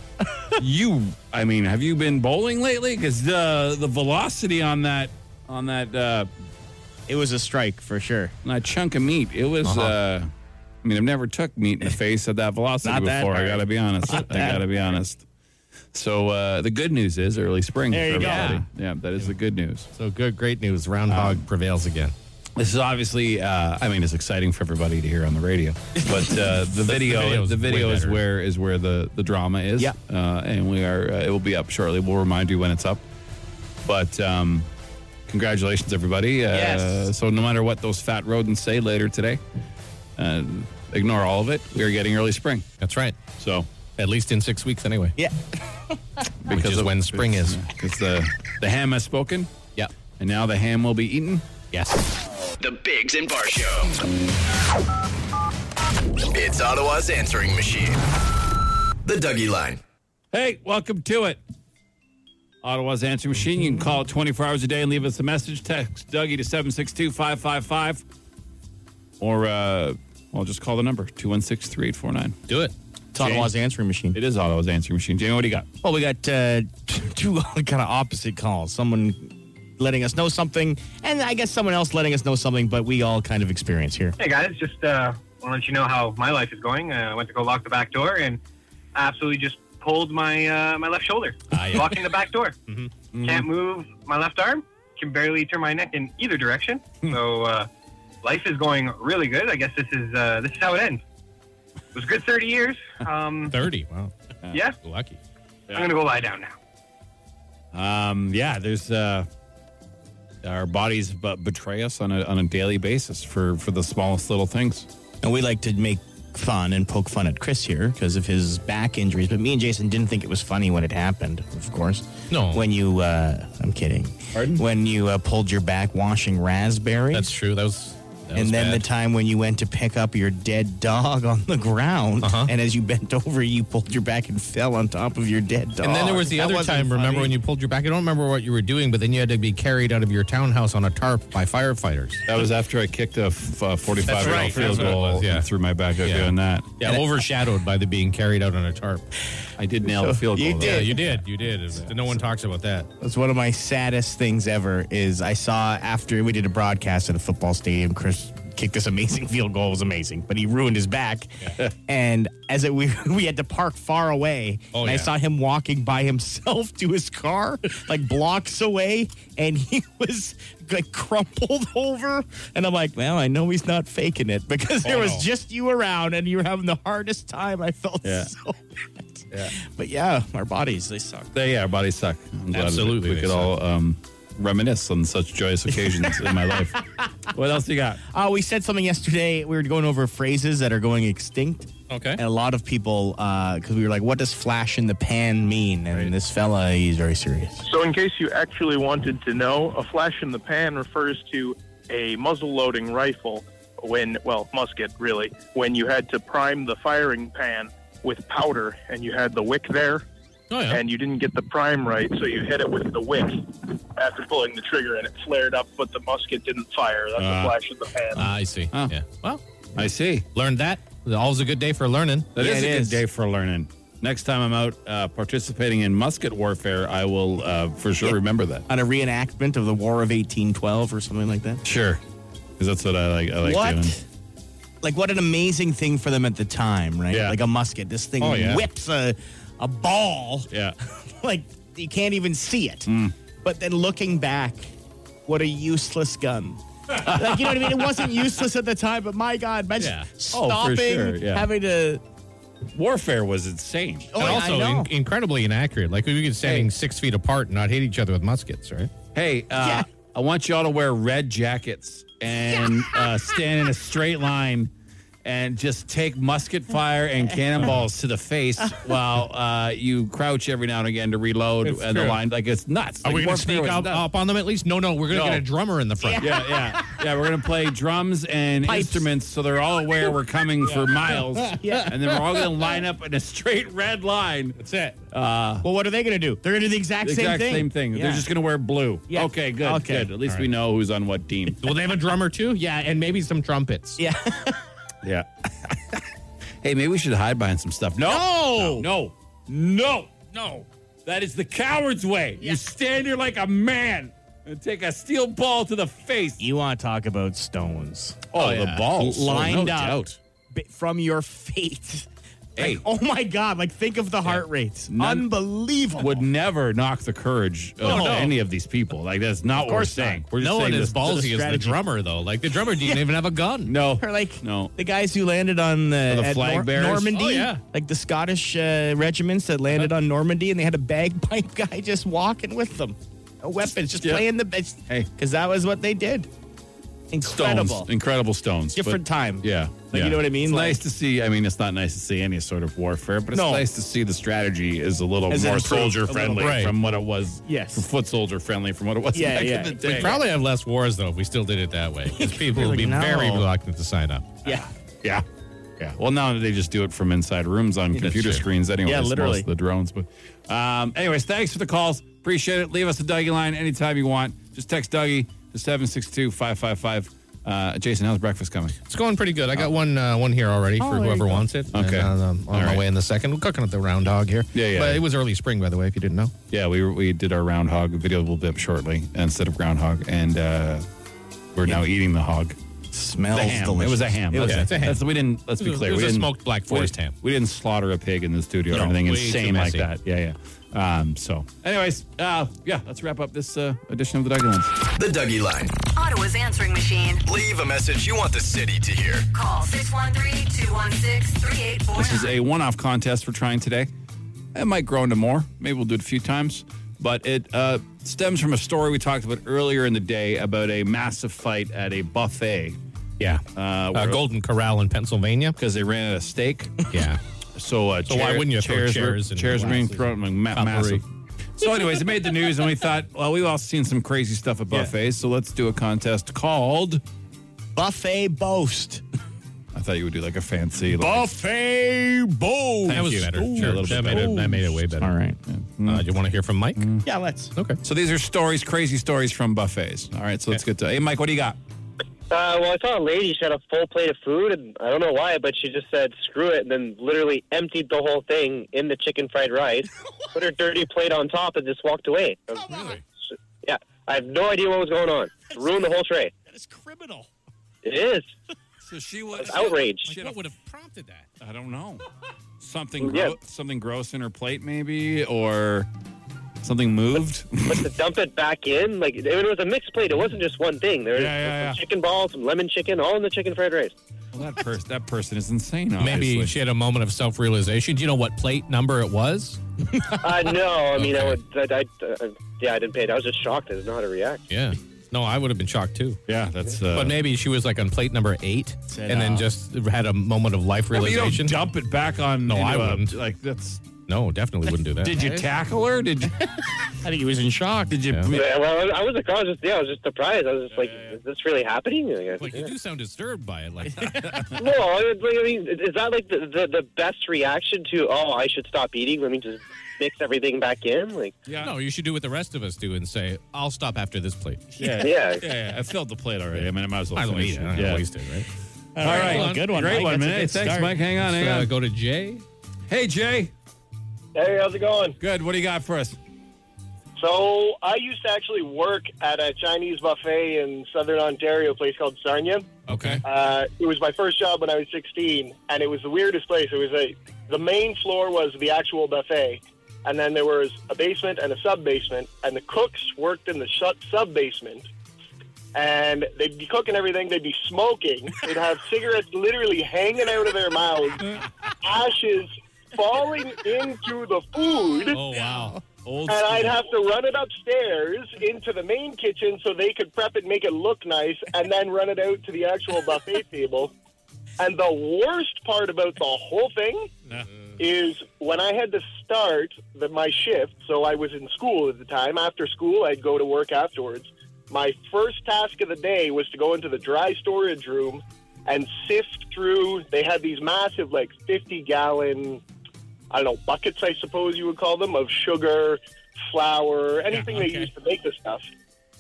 Speaker 4: You, I mean, have you been bowling lately? Because the the velocity on that on that uh,
Speaker 2: It was a strike for sure.
Speaker 4: on that chunk of meat, it was. uh I mean, I've never took meat in the face at that velocity
Speaker 2: Not that
Speaker 4: before. I
Speaker 2: hard.
Speaker 4: gotta be honest. I gotta be honest. So uh, the good news is early spring.
Speaker 2: There
Speaker 4: for
Speaker 2: you go.
Speaker 4: everybody. Yeah, that is the good news.
Speaker 5: So good, great news. Round hog prevails again.
Speaker 4: This is obviously, uh, I mean, it's exciting for everybody to hear on the radio, but uh, the video,
Speaker 5: video's
Speaker 4: the video
Speaker 5: way
Speaker 4: is
Speaker 5: better.
Speaker 4: where is where the the drama is.
Speaker 2: Yeah.
Speaker 4: uh, and we are. Uh, it will be up shortly. We'll remind you when it's up. But um, congratulations, everybody! Uh,
Speaker 2: Yes.
Speaker 4: So no matter what those fat rodents say later today, uh, ignore all of it. We are getting early spring,
Speaker 5: That's right.
Speaker 4: so
Speaker 5: At least in six weeks, anyway.
Speaker 2: Yeah.
Speaker 5: Which is
Speaker 4: of-
Speaker 5: when spring is.
Speaker 4: because the the ham has spoken,
Speaker 5: Yeah.
Speaker 4: and now the ham will be eaten.
Speaker 5: Yes.
Speaker 1: The Bigs and Bar Show. It's Ottawa's answering machine. The Dougie Line.
Speaker 4: Hey, welcome to it. Ottawa's answer machine. You can call it 24 hours a day and leave us a message. Text Dougie to 762 555. Or, uh, well, just call the number 216 3849.
Speaker 5: Do it.
Speaker 2: It's Ottawa's answering machine.
Speaker 4: It is Ottawa's answer machine. Jamie, what do you got?
Speaker 2: Well, we got uh, two kind of opposite calls. Someone letting us know something, and I guess someone else letting us know something, but we all kind of experience here.
Speaker 11: Hey guys, just uh, want to let you know how my life is going. Uh, I went to go lock the back door and absolutely just pulled my uh, my left shoulder, locking the back door. Can't move my left arm. Can barely turn my neck in either direction. so uh, life is going really good. I guess this is uh, this is how it ends. It was a good thirty years. Um,
Speaker 5: 30. Wow.
Speaker 11: yeah,
Speaker 5: Lucky.
Speaker 11: I'm gonna go lie down now.
Speaker 4: Um, yeah, there's uh, our bodies b- betray us on a, on a daily basis for, for the smallest little things.
Speaker 2: And we like to make fun and poke fun at Chris here because of his back injuries. But me and Jason didn't think it was funny when it happened, of course.
Speaker 5: No.
Speaker 2: When you, uh, I'm kidding.
Speaker 4: Pardon?
Speaker 2: When you uh, pulled your back washing raspberries.
Speaker 5: That's true. That was. That was
Speaker 2: and then
Speaker 5: bad.
Speaker 2: the time when you went to pick up your dead dog on the ground,
Speaker 5: Uh-huh.
Speaker 2: and as you bent over, you pulled your back and fell on top of your dead dog.
Speaker 5: And then there was the
Speaker 2: Oh, That
Speaker 5: other
Speaker 2: wasn't
Speaker 5: time, remember,
Speaker 2: funny.
Speaker 5: when you pulled your back? I don't remember what you were doing, but then you had to be carried out of your townhouse on a tarp by firefighters.
Speaker 4: That was after I kicked a 45
Speaker 5: That's
Speaker 4: yard
Speaker 5: right.
Speaker 4: field
Speaker 5: That's what it
Speaker 4: goal
Speaker 5: was, yeah.
Speaker 4: and threw my back out
Speaker 5: Yeah.
Speaker 4: doing that.
Speaker 5: Yeah, overshadowed by the being carried out on a tarp.
Speaker 4: I did nail the field goal.
Speaker 2: you
Speaker 4: though.
Speaker 2: did.
Speaker 5: Yeah, you did. You did. It's- No one talks about that.
Speaker 2: That's one of my saddest things ever. Is I saw after we did a broadcast at a football stadium, Chris kicked this amazing field goal. It was amazing, but he ruined his back. and as it, we we had to park far away,
Speaker 5: Oh,
Speaker 2: and I
Speaker 5: yeah.
Speaker 2: saw him walking by himself to his car, like blocks away, and he was like crumpled over. And I'm like, well, I know he's not faking it because there
Speaker 5: Oh,
Speaker 2: was
Speaker 5: no.
Speaker 2: just you around, and you were having the hardest time. I felt
Speaker 4: Yeah.
Speaker 2: so bad. But yeah, our bodies they suck.
Speaker 4: They, yeah, our bodies suck. I'm glad
Speaker 5: Absolutely,
Speaker 4: We
Speaker 5: they
Speaker 4: could
Speaker 5: suck.
Speaker 4: all um, reminisce on such joyous occasions in my life. What else you got?
Speaker 2: Uh, we said something yesterday. We were going over phrases that are going extinct.
Speaker 5: Okay.
Speaker 2: And a lot of people, because we were like, what does flash in the pan mean? And this fella, he's very serious.
Speaker 8: So, in case you actually wanted to know, a flash in the pan refers to a muzzle loading rifle when, well, musket really, when you had to prime the firing pan with powder and you had the wick there
Speaker 5: Oh, yeah.
Speaker 8: and you didn't get the prime right, so you hit it with the wick after pulling the trigger and it flared up, but the musket didn't fire. That's
Speaker 4: Ah.
Speaker 8: a flash in the pan.
Speaker 5: Ah, I see.
Speaker 4: Huh.
Speaker 5: Yeah. Well,
Speaker 4: I see.
Speaker 5: learned that. Always a good day for learning.
Speaker 4: That is
Speaker 2: Yeah, it
Speaker 4: a good
Speaker 2: is.
Speaker 4: day for learning. Next time I'm out uh, participating in musket warfare, I will uh, for sure remember that.
Speaker 2: On a reenactment of the War of 1812 or something like that.
Speaker 4: Sure. Because that's what I like, I like doing.
Speaker 2: what? Like, what an amazing thing for them at the time, right?
Speaker 4: Yeah.
Speaker 2: Like a musket. This thing
Speaker 4: Oh, yeah.
Speaker 2: whips a, a ball.
Speaker 4: Yeah.
Speaker 2: like, you can't even see it.
Speaker 4: Hmm.
Speaker 2: But then looking back, what a useless gun. like, you know what I mean? It wasn't useless at the time, but my God, imagine
Speaker 5: Yeah.
Speaker 4: Oh,
Speaker 2: stopping,
Speaker 4: for sure, yeah.
Speaker 2: having to.
Speaker 4: Warfare was insane.
Speaker 2: Oh,
Speaker 5: and
Speaker 2: yeah,
Speaker 5: also
Speaker 2: I know.
Speaker 5: in- incredibly inaccurate. Like we could standing six feet apart and not hit each other with muskets, right?
Speaker 4: Hey,
Speaker 2: Yeah.
Speaker 4: uh, I want you all to wear red jackets and uh, stand in a straight line and just take musket fire and cannonballs to the face while uh, you crouch every now and again to reload
Speaker 5: It's
Speaker 4: and the
Speaker 5: true.
Speaker 4: line. Like it's nuts.
Speaker 5: Are
Speaker 4: Like,
Speaker 5: we going to
Speaker 4: warfare
Speaker 5: sneak
Speaker 4: was
Speaker 5: up,
Speaker 4: nuts.
Speaker 5: up on them at least? No, no. We're going to
Speaker 4: No.
Speaker 5: get a drummer in the front.
Speaker 4: Yeah, yeah, yeah. We're gonna play drums and
Speaker 2: Pipes.
Speaker 4: instruments, so they're all aware we're coming for miles.
Speaker 2: Yeah.
Speaker 4: and then we're all gonna line up in a straight red line. Uh,
Speaker 5: That's it.
Speaker 2: Well, what are they going to do? They're going to do the exact,
Speaker 4: The
Speaker 2: same
Speaker 4: exact
Speaker 2: thing.
Speaker 4: same thing. They're
Speaker 2: Yeah.
Speaker 4: just gonna wear blue.
Speaker 2: Yeah.
Speaker 4: Okay, good.
Speaker 2: Okay.
Speaker 4: Good. At least
Speaker 5: All
Speaker 4: we
Speaker 5: right.
Speaker 4: know who's on what team.
Speaker 5: Will they have a drummer too? Yeah, and maybe some trumpets.
Speaker 2: Yeah.
Speaker 4: Yeah. hey, maybe we should hide behind some stuff. No. No. No. No. That is the coward's way. You stand here like a man and take a steel ball to the face.
Speaker 2: You want to talk about stones?
Speaker 4: Oh, the balls.
Speaker 2: lined
Speaker 4: Oh, no
Speaker 2: up
Speaker 4: doubt.
Speaker 2: bi- from your feet.
Speaker 4: Hey.
Speaker 2: Like, oh my God! Like, think of the heart rates.
Speaker 4: None-
Speaker 2: Unbelievable.
Speaker 4: Would never knock the courage of
Speaker 5: no.
Speaker 4: any of these people. Like that's not
Speaker 2: Of
Speaker 4: what we're
Speaker 2: course
Speaker 4: saying.
Speaker 2: not.
Speaker 4: We're just
Speaker 5: no
Speaker 4: saying
Speaker 5: one is
Speaker 4: this- this
Speaker 5: ballsy as the
Speaker 2: strategy.
Speaker 5: drummer, though. Like, the drummer didn't even have a gun.
Speaker 4: No.
Speaker 2: Or like
Speaker 4: No. Oh,
Speaker 2: the guys who landed on the,
Speaker 4: the
Speaker 2: at
Speaker 4: flag bearers?
Speaker 2: Normandy,
Speaker 5: Oh, yeah.
Speaker 2: like the Scottish uh, regiments that landed on Normandy, and they had a bagpipe guy just walking with them, no weapons, just
Speaker 4: Yeah.
Speaker 2: playing the best.
Speaker 4: Hey.
Speaker 2: because that was what they did.
Speaker 4: stones,
Speaker 2: Incredible,
Speaker 4: incredible stones.
Speaker 2: different
Speaker 4: But-
Speaker 2: time.
Speaker 4: Yeah,
Speaker 2: Like, you
Speaker 4: yeah.
Speaker 2: know what I mean?
Speaker 4: It's
Speaker 2: Like-
Speaker 4: nice to see. I mean, it's not nice to see any sort of warfare, but it's
Speaker 2: No.
Speaker 4: nice to see the strategy is a little
Speaker 2: Has
Speaker 4: more
Speaker 2: improved a
Speaker 4: soldier
Speaker 2: little
Speaker 4: friendly
Speaker 5: bit. Right.
Speaker 4: from what it was.
Speaker 2: Yes.
Speaker 4: from foot soldier friendly from what it was
Speaker 2: Yeah,
Speaker 4: back
Speaker 2: yeah.
Speaker 4: in the
Speaker 2: We
Speaker 4: day.
Speaker 5: We'd probably have less wars, though, if we still did it that way. 'Cause people would be
Speaker 2: Really, no.
Speaker 5: very reluctant to sign up.
Speaker 2: Yeah,
Speaker 4: yeah, yeah. Well, now they just do it from inside rooms on computer
Speaker 5: true.
Speaker 4: screens anyway.
Speaker 2: Yeah,
Speaker 4: it's
Speaker 2: literally.
Speaker 4: most of the drones. But, um, anyways, thanks for the calls. Appreciate it. Leave us a Dougie line anytime you want. Just text Dougie to seven six two five five five. Uh, Jason, how's breakfast coming?
Speaker 5: It's going pretty good. I got one uh, one here already for whoever wants it.
Speaker 4: Okay.
Speaker 5: And, uh, um, on
Speaker 4: All
Speaker 5: my
Speaker 4: right.
Speaker 5: way in the second. We're cooking up the round dog here.
Speaker 4: Yeah, yeah.
Speaker 5: But it was early spring, by the way, if you didn't know.
Speaker 4: Yeah, we we did our round hog video a little bit shortly instead of groundhog, and uh, we're now eating the hog.
Speaker 2: smells
Speaker 4: The ham.
Speaker 2: delicious.
Speaker 4: It was a ham.
Speaker 5: Oh, It was
Speaker 4: Okay.
Speaker 5: a- it's a ham.
Speaker 4: That's- we didn't. Let's
Speaker 5: It was
Speaker 4: be
Speaker 5: a-
Speaker 4: clear.
Speaker 5: it was
Speaker 4: we
Speaker 5: a
Speaker 4: didn't,
Speaker 5: smoked Black Forest
Speaker 4: we,
Speaker 5: ham.
Speaker 4: We didn't slaughter a pig in the studio
Speaker 5: No,
Speaker 4: or anything
Speaker 5: way too
Speaker 4: insane like
Speaker 5: messy.
Speaker 4: that. Yeah, yeah. Um, so, anyways, uh, yeah, let's wrap up this uh, edition of the Dougie Lunch.
Speaker 1: The Dougie Line.
Speaker 3: Ottawa's answering machine.
Speaker 1: Leave a message you want the city to hear.
Speaker 3: Call 613-216-3849.
Speaker 4: This is a one-off contest we're trying today. It might grow into more. Maybe we'll do it a few times. But it uh, stems from a story we talked about earlier in the day about a massive fight at a buffet
Speaker 5: Yeah. Uh,
Speaker 4: where-
Speaker 5: Golden Corral in Pennsylvania.
Speaker 4: because they ran out of steak.
Speaker 5: Yeah.
Speaker 4: So, uh,
Speaker 5: So why wouldn't you throw
Speaker 4: chairs
Speaker 5: chairs
Speaker 4: were,
Speaker 5: and
Speaker 4: chairs were being
Speaker 5: glasses
Speaker 4: thrown like ma-
Speaker 5: cutlery?
Speaker 4: massive. So, anyways, it made the news, and we thought, well, we've all seen some crazy stuff at buffets, so let's do a contest called.
Speaker 2: buffet boast.
Speaker 4: I thought you would do like a fancy. Like,
Speaker 2: Buffet boast.
Speaker 5: That was
Speaker 4: you.
Speaker 5: better.
Speaker 4: Ooh,
Speaker 5: Sure.
Speaker 4: a little
Speaker 5: That
Speaker 4: bit
Speaker 5: made it, that made it way better.
Speaker 2: All right.
Speaker 5: Uh, you want to hear from Mike?
Speaker 2: Yeah, let's.
Speaker 5: Okay.
Speaker 4: So these are stories, crazy stories from buffets. All right, so let's get to. Hey, Mike, what do you got?
Speaker 12: Uh, well, I saw a lady. She had a full plate of food, and I don't know why, but she just said "screw it," and then literally emptied the whole thing in the chicken fried rice, put her dirty plate on top, and just walked away.
Speaker 4: Oh.
Speaker 5: Really?
Speaker 12: Yeah, I have no idea what was going on. Ruined the whole tray.
Speaker 2: That is criminal.
Speaker 12: It is
Speaker 4: So she was
Speaker 12: outrage.
Speaker 4: Shit,
Speaker 5: what would have prompted that?
Speaker 4: I don't know. Something
Speaker 12: Yeah.
Speaker 4: gro- something gross in her plate, maybe, or something moved.
Speaker 12: But to dump it back in, like it was a mixed plate. It wasn't just one thing. There was
Speaker 4: Yeah, yeah,
Speaker 12: some
Speaker 4: yeah.
Speaker 12: chicken balls, some lemon chicken, all in the chicken fried rice.
Speaker 4: well, that person that person is insane.
Speaker 5: Maybe
Speaker 4: obviously.
Speaker 5: she had a moment of self realization. Do you know what plate number it was?
Speaker 12: Uh, no, I mean,
Speaker 5: Okay.
Speaker 12: I would, I, I, uh, yeah, I didn't pay it. I was just shocked as to how to react.
Speaker 5: Yeah. No, I would have been shocked too.
Speaker 4: Yeah, that's. Uh,
Speaker 5: But maybe she was like on plate number eight
Speaker 2: Said,
Speaker 5: and then
Speaker 2: uh,
Speaker 5: just had a moment of life
Speaker 4: But you
Speaker 5: realization.
Speaker 4: don't dump it back on.
Speaker 5: No,
Speaker 4: into
Speaker 5: I
Speaker 4: a-
Speaker 5: wouldn't.
Speaker 4: Like that's.
Speaker 5: no, definitely wouldn't do that.
Speaker 4: Did you tackle her? Did you?
Speaker 2: I think he was in shock.
Speaker 4: Did you?
Speaker 5: Yeah.
Speaker 12: Yeah, well, I was, I was just, yeah, I was just surprised. I was just like, "Is this really happening?" Like, I-
Speaker 5: Like, you do sound disturbed by it. Like,
Speaker 12: No, I I mean, is that like the, the, the best reaction to, oh, I should stop eating? Let me just mix everything back in? Like,
Speaker 4: Yeah.
Speaker 5: no, you should do what the rest of us do and say, "I'll stop after this plate."
Speaker 4: Yeah.
Speaker 12: yeah.
Speaker 4: Yeah, yeah, I filled the plate already. I mean, I might as well
Speaker 5: I don't
Speaker 4: finish
Speaker 5: eat it. I
Speaker 4: Yeah.
Speaker 5: don't waste it, right?
Speaker 4: All right,
Speaker 5: Well, good
Speaker 2: one,
Speaker 4: Great
Speaker 2: Mike.
Speaker 4: one,
Speaker 2: That's a
Speaker 4: man. Hey,
Speaker 2: good
Speaker 4: thanks,
Speaker 2: start.
Speaker 4: Mike. Hang on, hang
Speaker 5: Let's, uh,
Speaker 4: on.
Speaker 5: go to Jay.
Speaker 4: Hey, Jay.
Speaker 12: Hey, how's it going?
Speaker 4: Good. What do you got for us?
Speaker 12: So, I used to actually work at a Chinese buffet in southern Ontario, a place called Sarnia.
Speaker 5: Okay.
Speaker 12: Uh, it was my first job when I was 16, and it was the weirdest place. It was a the main floor was the actual buffet, and then there was a basement and a sub basement, and the cooks worked in the sub basement, and they'd be cooking everything. They'd be smoking. They'd have cigarettes literally hanging out of their mouths, ashes falling into the food
Speaker 5: Oh wow.
Speaker 4: Old
Speaker 12: and I'd
Speaker 4: school.
Speaker 12: have to run it upstairs into the main kitchen so they could prep it, make it look nice, and then run it out to the actual buffet table. And the worst part about the whole thing is when I had to start the, my shift, so I was in school at the time. After school, I'd go to work afterwards. My first task of the day was to go into the dry storage room and sift through. They had these massive, like 50 gallon I don't know, buckets, I suppose you would call them, of sugar, flour, anything they used to make this stuff.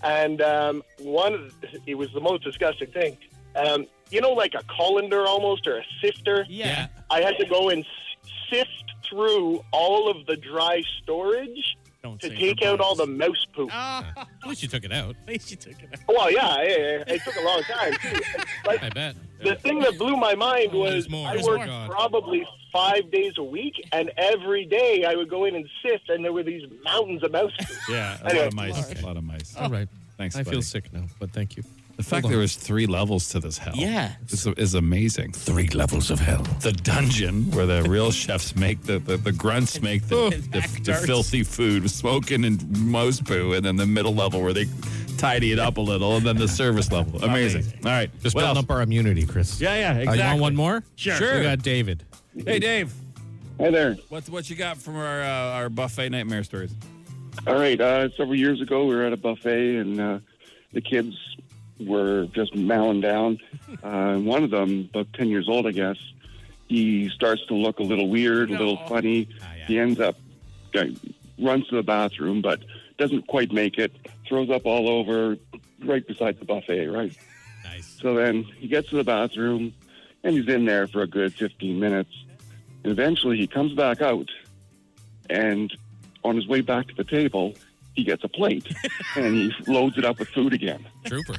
Speaker 12: And um, one, of the- it was the most disgusting thing. um, you know, like a colander almost or a sifter.
Speaker 13: Yeah.
Speaker 12: I had to go and s- sift through all of the dry storage
Speaker 5: Don't
Speaker 12: to
Speaker 5: say
Speaker 12: take out all the mouse poop.
Speaker 5: At least you took it out.
Speaker 2: At least you took it out.
Speaker 12: Well, yeah, yeah, yeah. it took a long time. too. But
Speaker 5: I bet.
Speaker 12: The thing that blew my mind was
Speaker 5: more,
Speaker 12: I
Speaker 5: there's
Speaker 12: worked
Speaker 5: more.
Speaker 12: probably five days a week, and every day I would go in and sift, and there were these mountains of mouse poop.
Speaker 4: Yeah, a lot
Speaker 12: Anyway.
Speaker 4: of mice. A lot of mice.
Speaker 5: All right.
Speaker 4: Thanks,
Speaker 5: I
Speaker 4: buddy.
Speaker 5: feel sick now, but thank you.
Speaker 4: The fact there was three levels to this hell.
Speaker 5: Yeah.
Speaker 4: This is amazing. Three levels of hell. The dungeon where the real chefs make the, the, the grunts make the, the, the filthy food, smoking and mouse poo, and then the middle level where they tidy it up a little, and then the service level. Amazing. All right.
Speaker 5: Just
Speaker 4: What
Speaker 5: building
Speaker 4: else?
Speaker 5: up our immunity, Chris.
Speaker 4: Yeah, yeah,
Speaker 5: Uh, you want
Speaker 4: exactly.
Speaker 5: one more?
Speaker 4: Sure.
Speaker 5: We got David.
Speaker 4: Hey, Dave.
Speaker 14: Hi there.
Speaker 4: What, what you got from our, uh, our buffet nightmare stories?
Speaker 14: All right. Uh, several years ago, we were at a buffet, and uh, the kids were just mowing down. Uh, and one of them, about 10 years old, I guess, he starts to look a little weird, a little funny.
Speaker 5: Ah.
Speaker 14: He ends up, uh, runs to the bathroom, but doesn't quite make it, throws up all over right beside the buffet, right? Nice. So then he gets to the bathroom, and he's in there for a good 15 minutes. And eventually he comes back out, and on his way back to the table, he gets a plate and he loads it up with food again
Speaker 5: Trooper.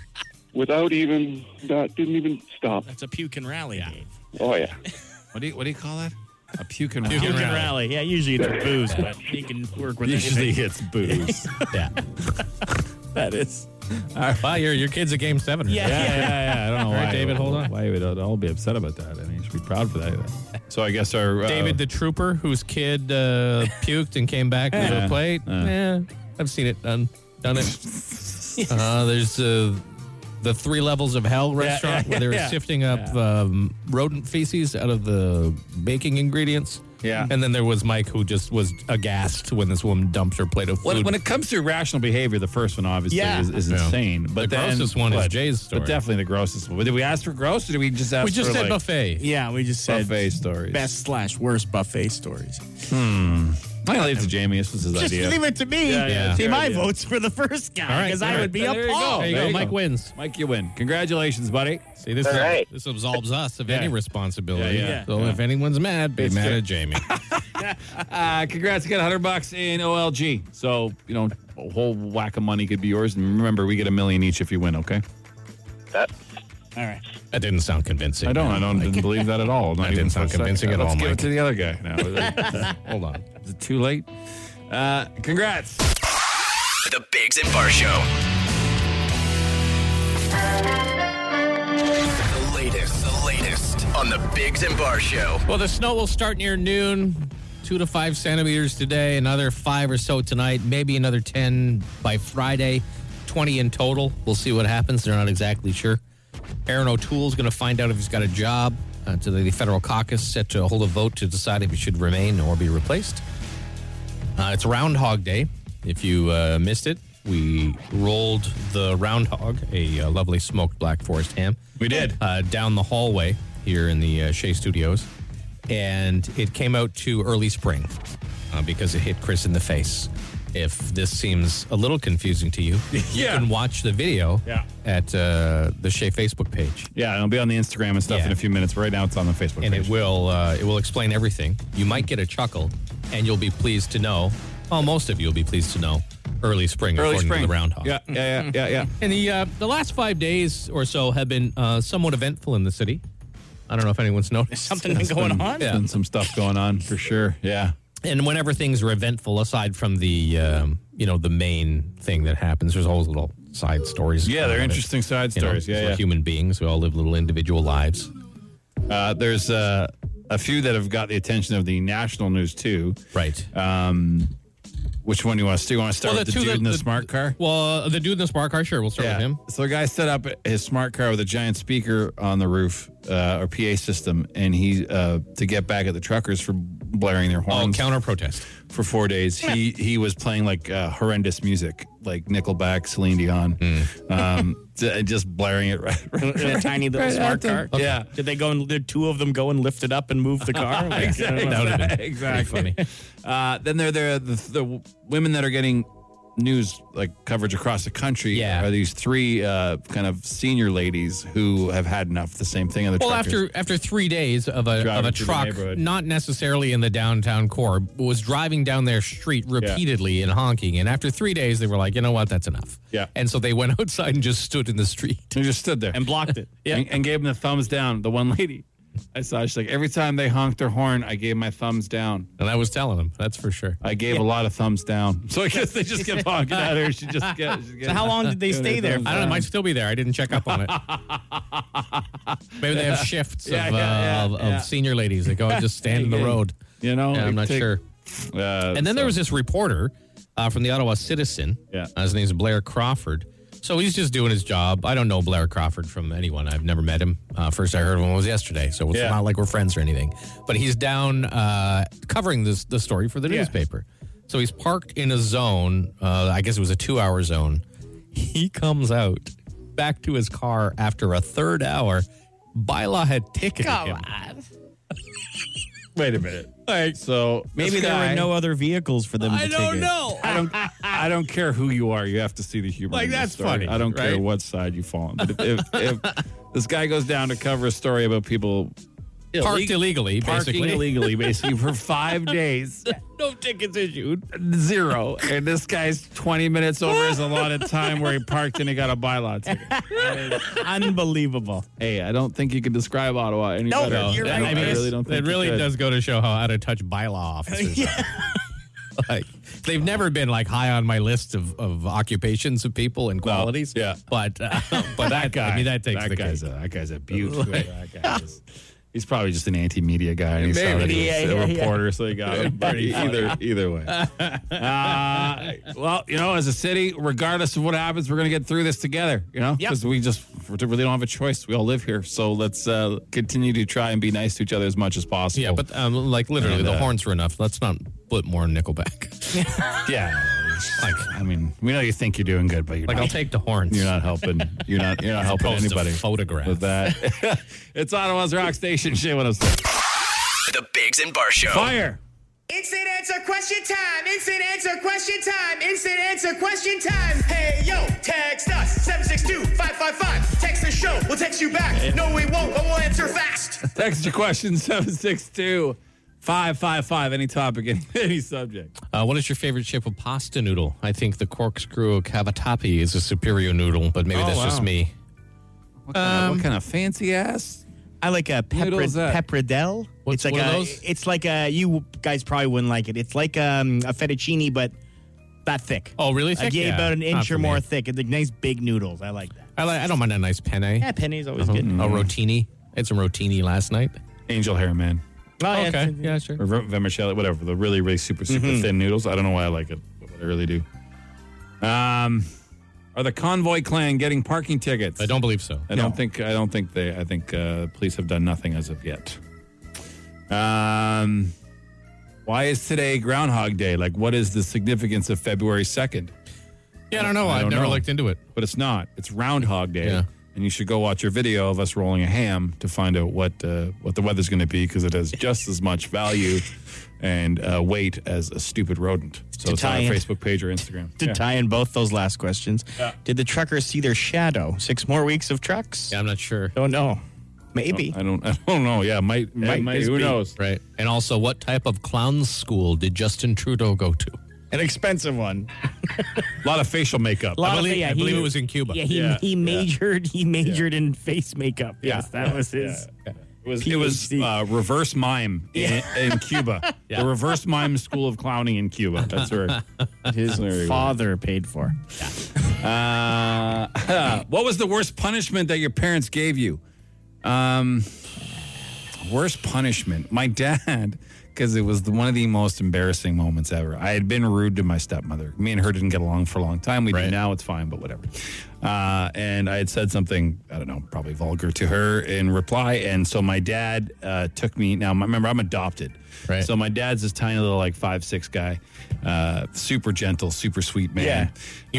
Speaker 14: without even, not, didn't even stop.
Speaker 2: That's a puke and rally, Dave.
Speaker 14: Oh, yeah.
Speaker 4: What do you, what do you call that? A puke and
Speaker 2: Puke
Speaker 4: rally.
Speaker 2: and rally. Yeah, usually it's booze, but you can work with
Speaker 4: Usually
Speaker 2: anything.
Speaker 4: it's booze.
Speaker 2: yeah.
Speaker 4: that is.
Speaker 5: Wow, your, your kid's at game seven.
Speaker 4: Yeah, yeah, yeah. I don't know
Speaker 5: All
Speaker 4: why.
Speaker 5: right, David, hold on.
Speaker 4: Why you would uh, all be upset about that? I mean, you should be proud for that. So I guess our uh,
Speaker 5: David the trooper whose kid uh, puked and came back with
Speaker 4: Yeah.
Speaker 5: a plate.
Speaker 4: Yeah.
Speaker 5: Yeah, I've seen it done. Done it. uh, there's uh, the three levels of hell
Speaker 4: Yeah,
Speaker 5: restaurant
Speaker 4: yeah,
Speaker 5: where they were
Speaker 4: yeah.
Speaker 5: sifting up um, rodent feces out of the baking ingredients.
Speaker 4: Yeah.
Speaker 5: And then there was Mike who just was aghast when this woman dumped her plate of food.
Speaker 4: When, when it comes to irrational behavior, the first one obviously
Speaker 5: Yeah.
Speaker 4: is, is
Speaker 5: Yeah.
Speaker 4: insane. But
Speaker 5: The
Speaker 4: then,
Speaker 5: grossest one is
Speaker 4: but-
Speaker 5: Jay's story.
Speaker 4: But definitely the grossest one. Did we ask for gross, or did we just ask?
Speaker 5: we just
Speaker 4: for,
Speaker 5: said
Speaker 4: like,
Speaker 5: buffet.
Speaker 2: Yeah, we just said
Speaker 4: buffet stories.
Speaker 2: best slash worst buffet stories.
Speaker 4: Hmm. I'm gonna leave it to Jamie. This was his
Speaker 2: Just
Speaker 4: idea.
Speaker 2: leave it to me.
Speaker 4: Yeah, yeah.
Speaker 2: See,
Speaker 4: Your
Speaker 2: my
Speaker 4: idea.
Speaker 2: vote's for the first
Speaker 4: All
Speaker 2: guy
Speaker 4: right,
Speaker 2: because
Speaker 4: all
Speaker 2: I
Speaker 4: right.
Speaker 2: would be
Speaker 4: There you go.
Speaker 2: appalled.
Speaker 4: There you go. Mike
Speaker 5: wins.
Speaker 4: Mike, you win. Congratulations, buddy.
Speaker 5: See, this,
Speaker 4: All
Speaker 5: is-
Speaker 4: right.
Speaker 5: this absolves us of any
Speaker 4: Yeah.
Speaker 5: responsibility.
Speaker 4: Yeah, yeah.
Speaker 5: So
Speaker 4: Yeah.
Speaker 5: if anyone's mad, be
Speaker 4: It's
Speaker 5: mad
Speaker 4: true.
Speaker 5: at Jamie.
Speaker 4: Uh, congrats, you got 100 bucks in OLG. So, you know, a whole whack of money could be yours. And remember, we get a million each if you win, okay?
Speaker 2: All right.
Speaker 5: That didn't sound convincing.
Speaker 4: I don't. I don't didn't believe that at all. Not
Speaker 5: That
Speaker 4: even
Speaker 5: didn't
Speaker 4: for a
Speaker 5: sound convincing
Speaker 4: second.
Speaker 5: at all,
Speaker 4: Let's give
Speaker 5: Mike.
Speaker 4: it to the other guy now.
Speaker 5: Hold on.
Speaker 4: Is it too late? Uh, congrats.
Speaker 1: The Bigs and Bar Show. The latest, the latest on the Bigs and Bar Show.
Speaker 5: Well, the snow will start near noon, two to five centimeters today, another five or so tonight, maybe another 10 by Friday, 20 in total. We'll see what happens. They're not exactly sure. Aaron O'Toole's going to find out if he's got a job uh, to the federal caucus set to hold a vote to decide if he should remain or be replaced. Uh, it's Roundhog Day. If you uh, missed it, we rolled the Roundhog, a uh, lovely smoked Black Forest ham.
Speaker 4: We did.
Speaker 5: Uh, down the hallway here in the uh, Shea Studios. And it came out to early spring uh, because it hit Chris in the face. If this seems a little confusing to you, you
Speaker 4: Yeah.
Speaker 5: can watch the video
Speaker 4: Yeah.
Speaker 5: at uh, the Shea Facebook page.
Speaker 4: Yeah, and it'll be on the Instagram and stuff
Speaker 5: Yeah.
Speaker 4: in a few minutes. Right now, it's on the Facebook
Speaker 5: and
Speaker 4: page.
Speaker 5: it will uh, it will explain everything. You might get a chuckle, and you'll be pleased to know. Well, most of you will be pleased to know. Early spring,
Speaker 4: Early
Speaker 5: according
Speaker 4: spring.
Speaker 5: to the Roundhog.
Speaker 4: Yeah, yeah, yeah, yeah, yeah.
Speaker 5: And the uh, the last five days or so have been uh, somewhat eventful in the city. I don't know if anyone's noticed.
Speaker 2: Something been going on?
Speaker 5: Yeah.
Speaker 4: Been some stuff going on for sure. Yeah.
Speaker 5: And whenever things are eventful, aside from the um, you know the main thing that happens, there's always little side stories.
Speaker 4: Yeah, they're Uh,
Speaker 5: about it.
Speaker 4: interesting side
Speaker 5: You know,
Speaker 4: stories. Yeah,
Speaker 5: we're
Speaker 4: yeah.
Speaker 5: human beings. We all live little individual lives.
Speaker 4: Uh, there's uh, a few that have got the attention of the national news too.
Speaker 5: Right.
Speaker 4: Um, which one do you want to? Do you want to start
Speaker 5: Well,
Speaker 4: with the
Speaker 5: two
Speaker 4: dude
Speaker 5: that-
Speaker 4: in the,
Speaker 5: the-
Speaker 4: smart car?
Speaker 5: Well, the dude in the smart car, sure, we'll start with him.
Speaker 4: So the guy set up his smart car with a giant speaker on the roof uh, or PA system, and he uh, to get back at the truckers for blaring their
Speaker 5: Oh,
Speaker 4: horns
Speaker 5: counter protest.
Speaker 4: for four days. He he was playing like uh, horrendous music, like Nickelback, Celine Dion,
Speaker 5: Hmm.
Speaker 4: um, j- just blaring it right. right,
Speaker 2: In a tiny little
Speaker 4: right
Speaker 2: smart
Speaker 4: at them.
Speaker 2: car.
Speaker 4: Yeah.
Speaker 2: Did they go and did two of them go and lift it up and move the car? Like, I don't know.
Speaker 5: Pretty
Speaker 4: exactly.
Speaker 5: funny.
Speaker 4: Uh, then there there are the, the women that are getting news like coverage across the country yeah. are these three uh, kind of senior ladies who have had enough the same thing on the
Speaker 5: Well,
Speaker 4: truckers.
Speaker 5: after after three days of a
Speaker 4: Driving
Speaker 5: of a
Speaker 4: through the
Speaker 5: truck,
Speaker 4: neighborhood.
Speaker 5: not necessarily in the downtown core, but was driving down their street repeatedly and honking. And after three days, they were like, you know what, that's enough.
Speaker 4: Yeah.
Speaker 5: And so they went outside and just stood in the street.
Speaker 4: They just stood there
Speaker 2: and blocked it.
Speaker 5: yeah.
Speaker 4: and, and gave them the thumbs down. The one lady I saw, she's like, every time they honked their horn, I gave my thumbs down.
Speaker 5: And I was telling them, that's for sure.
Speaker 4: I gave a lot of thumbs down. So I guess they just kept honking at her. She just kept. She
Speaker 2: So how long did they stay there?
Speaker 5: I don't know. It might still be there. I didn't check up on it. Maybe they have shifts
Speaker 4: Yeah,
Speaker 5: of,
Speaker 4: yeah, yeah,
Speaker 5: uh, of,
Speaker 4: yeah.
Speaker 5: of senior ladies that go and just stand in the
Speaker 4: Hey, hey.
Speaker 5: road.
Speaker 4: You know,
Speaker 5: Yeah,
Speaker 4: it
Speaker 5: I'm not
Speaker 4: take-
Speaker 5: sure.
Speaker 4: Uh,
Speaker 5: And then
Speaker 4: so-
Speaker 5: there was this reporter uh, from the Ottawa Citizen.
Speaker 4: Yeah.
Speaker 5: Uh, his name's Blair Crawford. So he's just doing his job. I don't know Blair Crawford from anyone. I've never met him. Uh, first I heard of him was yesterday, so it's
Speaker 4: Yeah.
Speaker 5: not like we're friends or anything. But he's down uh, covering this the story for the
Speaker 4: Yeah.
Speaker 5: newspaper. So he's parked in a zone. Uh, I guess it was a two-hour zone. He comes out back to his car after a third hour. Bylaw had ticketed him.
Speaker 4: Wait a minute.
Speaker 5: Like,
Speaker 4: So
Speaker 2: Maybe
Speaker 4: this
Speaker 2: there
Speaker 4: guy-
Speaker 2: were no other vehicles for them.
Speaker 5: I
Speaker 2: to
Speaker 5: don't
Speaker 2: ticket.
Speaker 5: know.
Speaker 4: I don't. I don't care who you are. You have to see the humor.
Speaker 5: Like,
Speaker 4: in this
Speaker 5: that's
Speaker 4: story.
Speaker 5: funny,
Speaker 4: I don't care
Speaker 5: right?
Speaker 4: what side you fall on. But if, if, if this guy goes down to cover a story about people
Speaker 5: Parked illegally,
Speaker 4: parking
Speaker 5: basically.
Speaker 4: illegally, basically for five days,
Speaker 5: No tickets issued.
Speaker 4: zero, and this guy's twenty minutes over is a lot of time where he parked and he got a bylaw ticket.
Speaker 2: Unbelievable.
Speaker 4: Hey, I don't think you can describe Ottawa any
Speaker 2: No,
Speaker 4: better.
Speaker 2: you're
Speaker 4: I,
Speaker 2: right.
Speaker 4: don't- I really don't. Think
Speaker 5: it
Speaker 4: you
Speaker 5: really
Speaker 4: could.
Speaker 5: does go to show how out of touch bylaw officers are. Like, they've never been like high on my list of, of occupations of people and qualities.
Speaker 4: yeah.
Speaker 5: but uh, but that guy. I mean, that takes
Speaker 4: that
Speaker 5: the
Speaker 4: guy's
Speaker 5: case.
Speaker 4: a that guy's a beaut. Whoever that guy is. He's probably just an anti-media guy, and he saw that he was
Speaker 2: Yeah,
Speaker 4: a
Speaker 2: yeah, yeah.
Speaker 4: reporter, so he got him. But either either way, uh, well, you know, as a city, regardless of what happens, we're gonna get through this together. You know,
Speaker 2: Yep.
Speaker 4: because we just we really don't have a choice. We all live here, so let's uh, continue to try and be nice to each other as much as possible.
Speaker 5: Yeah, but um, like literally,
Speaker 4: And,
Speaker 5: the
Speaker 4: uh,
Speaker 5: horns were enough. Let's not put more Nickelback.
Speaker 4: yeah, like I mean, we know you think you're doing good, but you're
Speaker 5: Like
Speaker 4: not.
Speaker 5: I'll take the horns.
Speaker 4: You're not helping. You're not. You're not helping
Speaker 5: opposed to
Speaker 4: anybody.
Speaker 5: photograph.
Speaker 4: with that. it's Ottawa's Rock Station. Shit, what I'm saying.
Speaker 1: The Bigs and Bar Show.
Speaker 4: Fire.
Speaker 7: Instant answer question time. Instant answer question time. Instant answer question time. Hey yo, text us 762-555. Text the show. We'll text you back. No, we won't, but we'll answer fast.
Speaker 4: Text your question 762 555. Any topic, any, any subject.
Speaker 5: Uh, what is your favorite shape of pasta noodle? I think the corkscrew cavatappi is a superior noodle, but maybe
Speaker 4: Oh,
Speaker 5: that's just
Speaker 4: wow.
Speaker 5: me.
Speaker 4: What kind, of, Uh, what kind of fancy ass?
Speaker 2: I like a
Speaker 4: Noodle is
Speaker 2: pepper,
Speaker 4: that?
Speaker 2: pepperdelle.
Speaker 5: What's-
Speaker 2: it's like
Speaker 5: what
Speaker 2: a,
Speaker 5: are those?
Speaker 2: It's like a. You guys probably wouldn't like it. It's like um, a fettuccine, but that thick.
Speaker 5: Oh, really?
Speaker 2: I
Speaker 5: Thick?
Speaker 2: gave
Speaker 5: Yeah,
Speaker 2: about an
Speaker 5: not
Speaker 2: inch
Speaker 5: for
Speaker 2: or more
Speaker 5: me.
Speaker 2: thick. It's like nice big noodles. I like that.
Speaker 5: I like. I don't mind a nice penne.
Speaker 2: Yeah, penny's always good.
Speaker 5: A rotini. I had some rotini last night.
Speaker 4: Angel hair man.
Speaker 2: Oh, yeah,
Speaker 5: Okay.
Speaker 2: it's-
Speaker 5: Yeah, sure.
Speaker 4: Or ver- vermicelli, whatever. The really, really super, super thin noodles. I don't know why I like it, but I really do. Um, are the convoy clan getting parking tickets?
Speaker 5: I don't believe so.
Speaker 4: I don't think. I don't think they. I think uh, police have done nothing as of yet. Um, why is today Groundhog Day? Like, what is the significance of February second?
Speaker 5: Yeah, I don't know.
Speaker 4: I
Speaker 5: I've
Speaker 4: don't
Speaker 5: never
Speaker 4: know.
Speaker 5: looked into it.
Speaker 4: but it's not. It's Roundhog Day.
Speaker 5: Yeah.
Speaker 4: And you should go watch your video of us rolling a ham to find out what uh, what the weather's going to be because it has just as much value and uh, weight as a stupid rodent. So
Speaker 2: To
Speaker 4: it's on our
Speaker 2: tie in-
Speaker 4: Facebook page or Instagram.
Speaker 2: To
Speaker 4: Yeah.
Speaker 2: tie in both those last questions, did the truckers see their shadow? Six more weeks of trucks?
Speaker 5: Yeah, Oh, I'm not sure.
Speaker 2: Don't know. Maybe.
Speaker 4: I don't. I don't know. Yeah, might. might, might
Speaker 2: just
Speaker 4: who
Speaker 2: be.
Speaker 4: knows?
Speaker 5: Right. And also, what type of clown school did Justin Trudeau go to?
Speaker 2: An expensive one.
Speaker 4: A lot of facial makeup.
Speaker 2: Lot of-
Speaker 5: believe-
Speaker 2: yeah,
Speaker 5: I believe it was in Cuba.
Speaker 2: Yeah, he,
Speaker 4: Yeah,
Speaker 2: he
Speaker 4: yeah.
Speaker 2: majored. He majored in face makeup.
Speaker 4: Yeah.
Speaker 2: Yes, that was his.
Speaker 4: It was, it was
Speaker 2: PhD.
Speaker 4: uh, reverse mime in, in Cuba. The reverse mime school of clowning in Cuba. That's where.
Speaker 2: His father paid for.
Speaker 4: Uh, what was the worst punishment that your parents gave you? Um, worst punishment. My dad, because it was the, one of the most embarrassing moments ever. I had been rude to my stepmother. Me and her didn't get along for a long time. We do
Speaker 5: Right.
Speaker 4: now, it's fine, but whatever. Uh, and I had said something, I don't know, probably vulgar to her in reply. And so my dad uh, took me. Now, remember, I'm adopted.
Speaker 5: Right.
Speaker 4: So my dad's this tiny little, like five six guy, uh, super gentle, super sweet man.
Speaker 2: Yeah.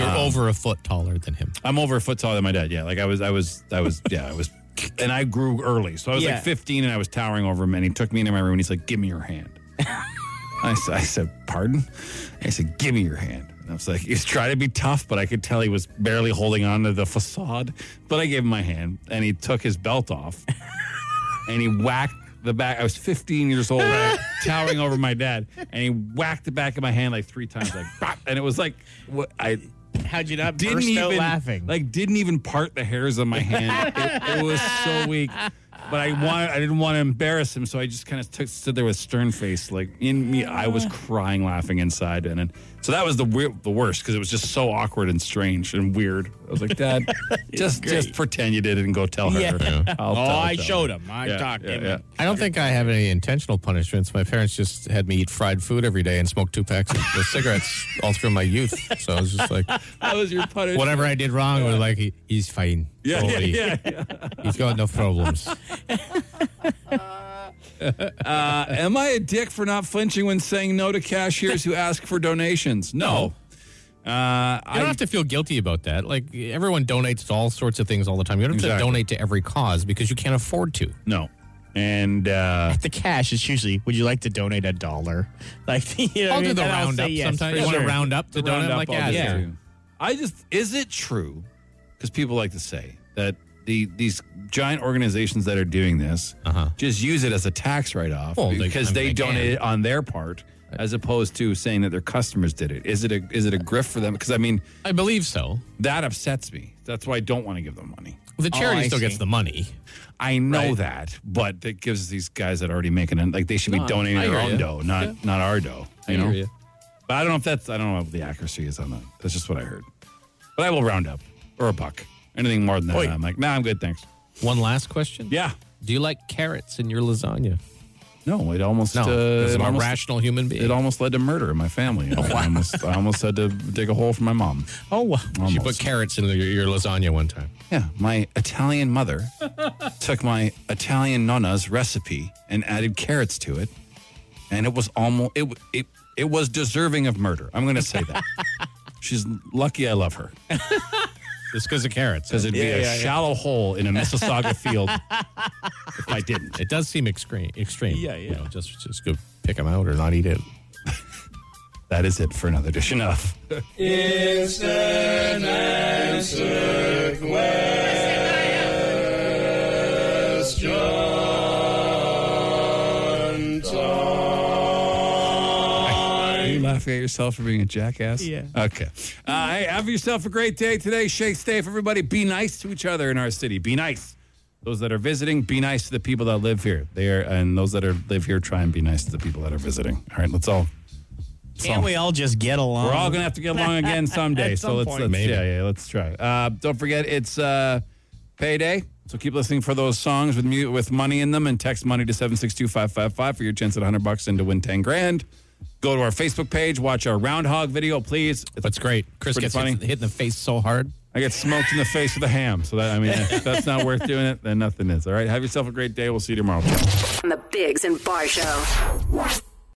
Speaker 5: You're over a foot taller than him.
Speaker 4: I'm over a foot taller than my dad. Yeah, like I was, I was, I was, yeah, I was, and I grew early. So I was
Speaker 2: Yeah.
Speaker 4: like 15 and I was towering over him. And he took me into my room and he's like, "Give me your hand." I, said, I said, "Pardon?" I said, "Give me your hand." And I was like, he's trying to be tough, but I could tell he was barely holding on to the facade. But I gave him my hand, and he took his belt off, and he whacked the back. I was 15 years old, right, towering over my dad, and he whacked the back of my hand like three times, like, bop, and it was like, what I.
Speaker 2: How'd you not
Speaker 4: didn't
Speaker 2: burst
Speaker 4: even
Speaker 2: out laughing?
Speaker 4: like didn't even part the hairs on my hand. it, it was so weak. But I want I didn't want to embarrass him, so I just kind of took, stood there with stern face, like in me. I was crying, laughing inside, and then, so that was the weir- the worst because it was just so awkward and strange and weird. I was like, Dad, just just pretend you did it and go tell her.
Speaker 5: Yeah. Yeah.
Speaker 4: I'll
Speaker 5: Oh,
Speaker 4: tell-
Speaker 5: I
Speaker 4: tell
Speaker 5: showed
Speaker 4: her.
Speaker 5: him. I
Speaker 4: Yeah,
Speaker 5: talked
Speaker 4: yeah,
Speaker 5: him.
Speaker 4: yeah.
Speaker 5: I don't think I have any intentional punishments. My parents just had me eat fried food every day and smoke two packs of of cigarettes all through my youth. So I was just like,
Speaker 4: That was your punishment.
Speaker 5: whatever I did wrong, I was like, "He- he's fine.
Speaker 4: Yeah, yeah,
Speaker 5: Totally.
Speaker 4: yeah,
Speaker 5: He's got no problems.
Speaker 4: Uh, am I a dick for not flinching when saying no to cashiers who ask for donations? No. Uh,
Speaker 5: You don't have to feel guilty about that. Like everyone donates to all sorts of things all the time. You don't have to
Speaker 4: Exactly.
Speaker 5: donate to every cause because you can't afford to.
Speaker 4: No. And uh,
Speaker 2: the cash is usually, would you like to donate a dollar? Like, you know what
Speaker 5: I'll
Speaker 2: I
Speaker 5: do
Speaker 2: mean?
Speaker 5: the
Speaker 2: And I'll
Speaker 5: round
Speaker 2: say
Speaker 5: up
Speaker 2: yes,
Speaker 5: sometimes.
Speaker 2: for
Speaker 5: You want to
Speaker 2: sure.
Speaker 5: round up to
Speaker 4: The round
Speaker 5: donate? Like,
Speaker 4: up, I'll
Speaker 5: yeah, yeah.
Speaker 4: do too. I just is it true? Because people like to say that the these giant organizations that are doing this just use it as a tax write off
Speaker 5: Uh-huh. Well, they-
Speaker 4: because
Speaker 5: I mean,
Speaker 4: they,
Speaker 5: they can.
Speaker 4: donate it on their part as opposed to saying that their customers did it. Is it a is it a grift for them? Because I mean
Speaker 5: I believe so.
Speaker 4: that upsets me. That's why I don't want to give them money.
Speaker 5: The charity
Speaker 4: Oh, I
Speaker 5: still gets
Speaker 4: see.
Speaker 5: the money.
Speaker 4: I know that, but that gives these guys that are already making it like they should be
Speaker 5: No, I-
Speaker 4: donating
Speaker 5: I
Speaker 4: their
Speaker 5: hear
Speaker 4: own
Speaker 5: ya.
Speaker 4: dough, not
Speaker 5: Yeah.
Speaker 4: not our dough.
Speaker 5: I
Speaker 4: You know.
Speaker 5: hear ya.
Speaker 4: But I don't know if that's I don't know what the accuracy is on that. That's just what I heard. But I will round up or a buck. Anything more than that,
Speaker 5: Oi.
Speaker 4: I'm like, nah, I'm good, thanks.
Speaker 5: One last question.
Speaker 4: Yeah.
Speaker 5: Do you like carrots in your lasagna?
Speaker 4: No, it almost
Speaker 5: No,
Speaker 4: uh,
Speaker 5: because I'm
Speaker 4: it
Speaker 5: a
Speaker 4: almost-
Speaker 5: rational human being.
Speaker 4: It almost led to murder in my family. I, almost, I almost had to dig a hole for my mom.
Speaker 2: Oh, wow.
Speaker 5: She put carrots in your, your lasagna one time.
Speaker 4: Yeah, my Italian mother took my Italian nonna's recipe and added carrots to it, and it was almost it w- it it was deserving of murder. I'm going to say that. She's lucky I love her
Speaker 5: Just because of carrots.
Speaker 4: because it'd be
Speaker 5: Yeah,
Speaker 4: a
Speaker 5: yeah, yeah.
Speaker 4: shallow hole in a Mississauga field if I didn't.
Speaker 5: It does seem extreme. Extreme.
Speaker 4: Yeah, yeah.
Speaker 5: You know, just just go pick them out or not eat it.
Speaker 4: That is it for another edition of.
Speaker 7: It's an answer question
Speaker 4: Are you laughing at yourself for being a jackass?
Speaker 7: Yeah.
Speaker 4: Okay. Uh, hey, have yourself a great day today. Shake safe, everybody. Be nice to each other in our city. Be nice. Those that are visiting, be nice to the people that live here. They are, and those that are live here, try and be nice to the people that are visiting. All right, let's all.
Speaker 2: Can't we all just get along?
Speaker 4: We're all gonna have to get along again someday.
Speaker 2: At
Speaker 4: so
Speaker 2: some
Speaker 4: let's,
Speaker 2: point.
Speaker 4: let's
Speaker 2: Maybe.
Speaker 4: yeah, yeah, let's try. Uh, don't forget, it's uh, payday. So keep listening for those songs with mu- with money in them, and text money to seven six two five five five for your chance at hundred bucks and to win ten grand. Go to our Facebook page, watch our Roundhog video, please. It's
Speaker 5: That's great. Chris
Speaker 4: Pretty
Speaker 5: gets
Speaker 4: funny.
Speaker 5: hit, hit in the face so hard.
Speaker 4: I get smoked in the face with a ham. So that I mean, if that's not worth doing it, then nothing is. All right. Have yourself a great day. We'll see you tomorrow.
Speaker 3: On the Bigs and Bar Show.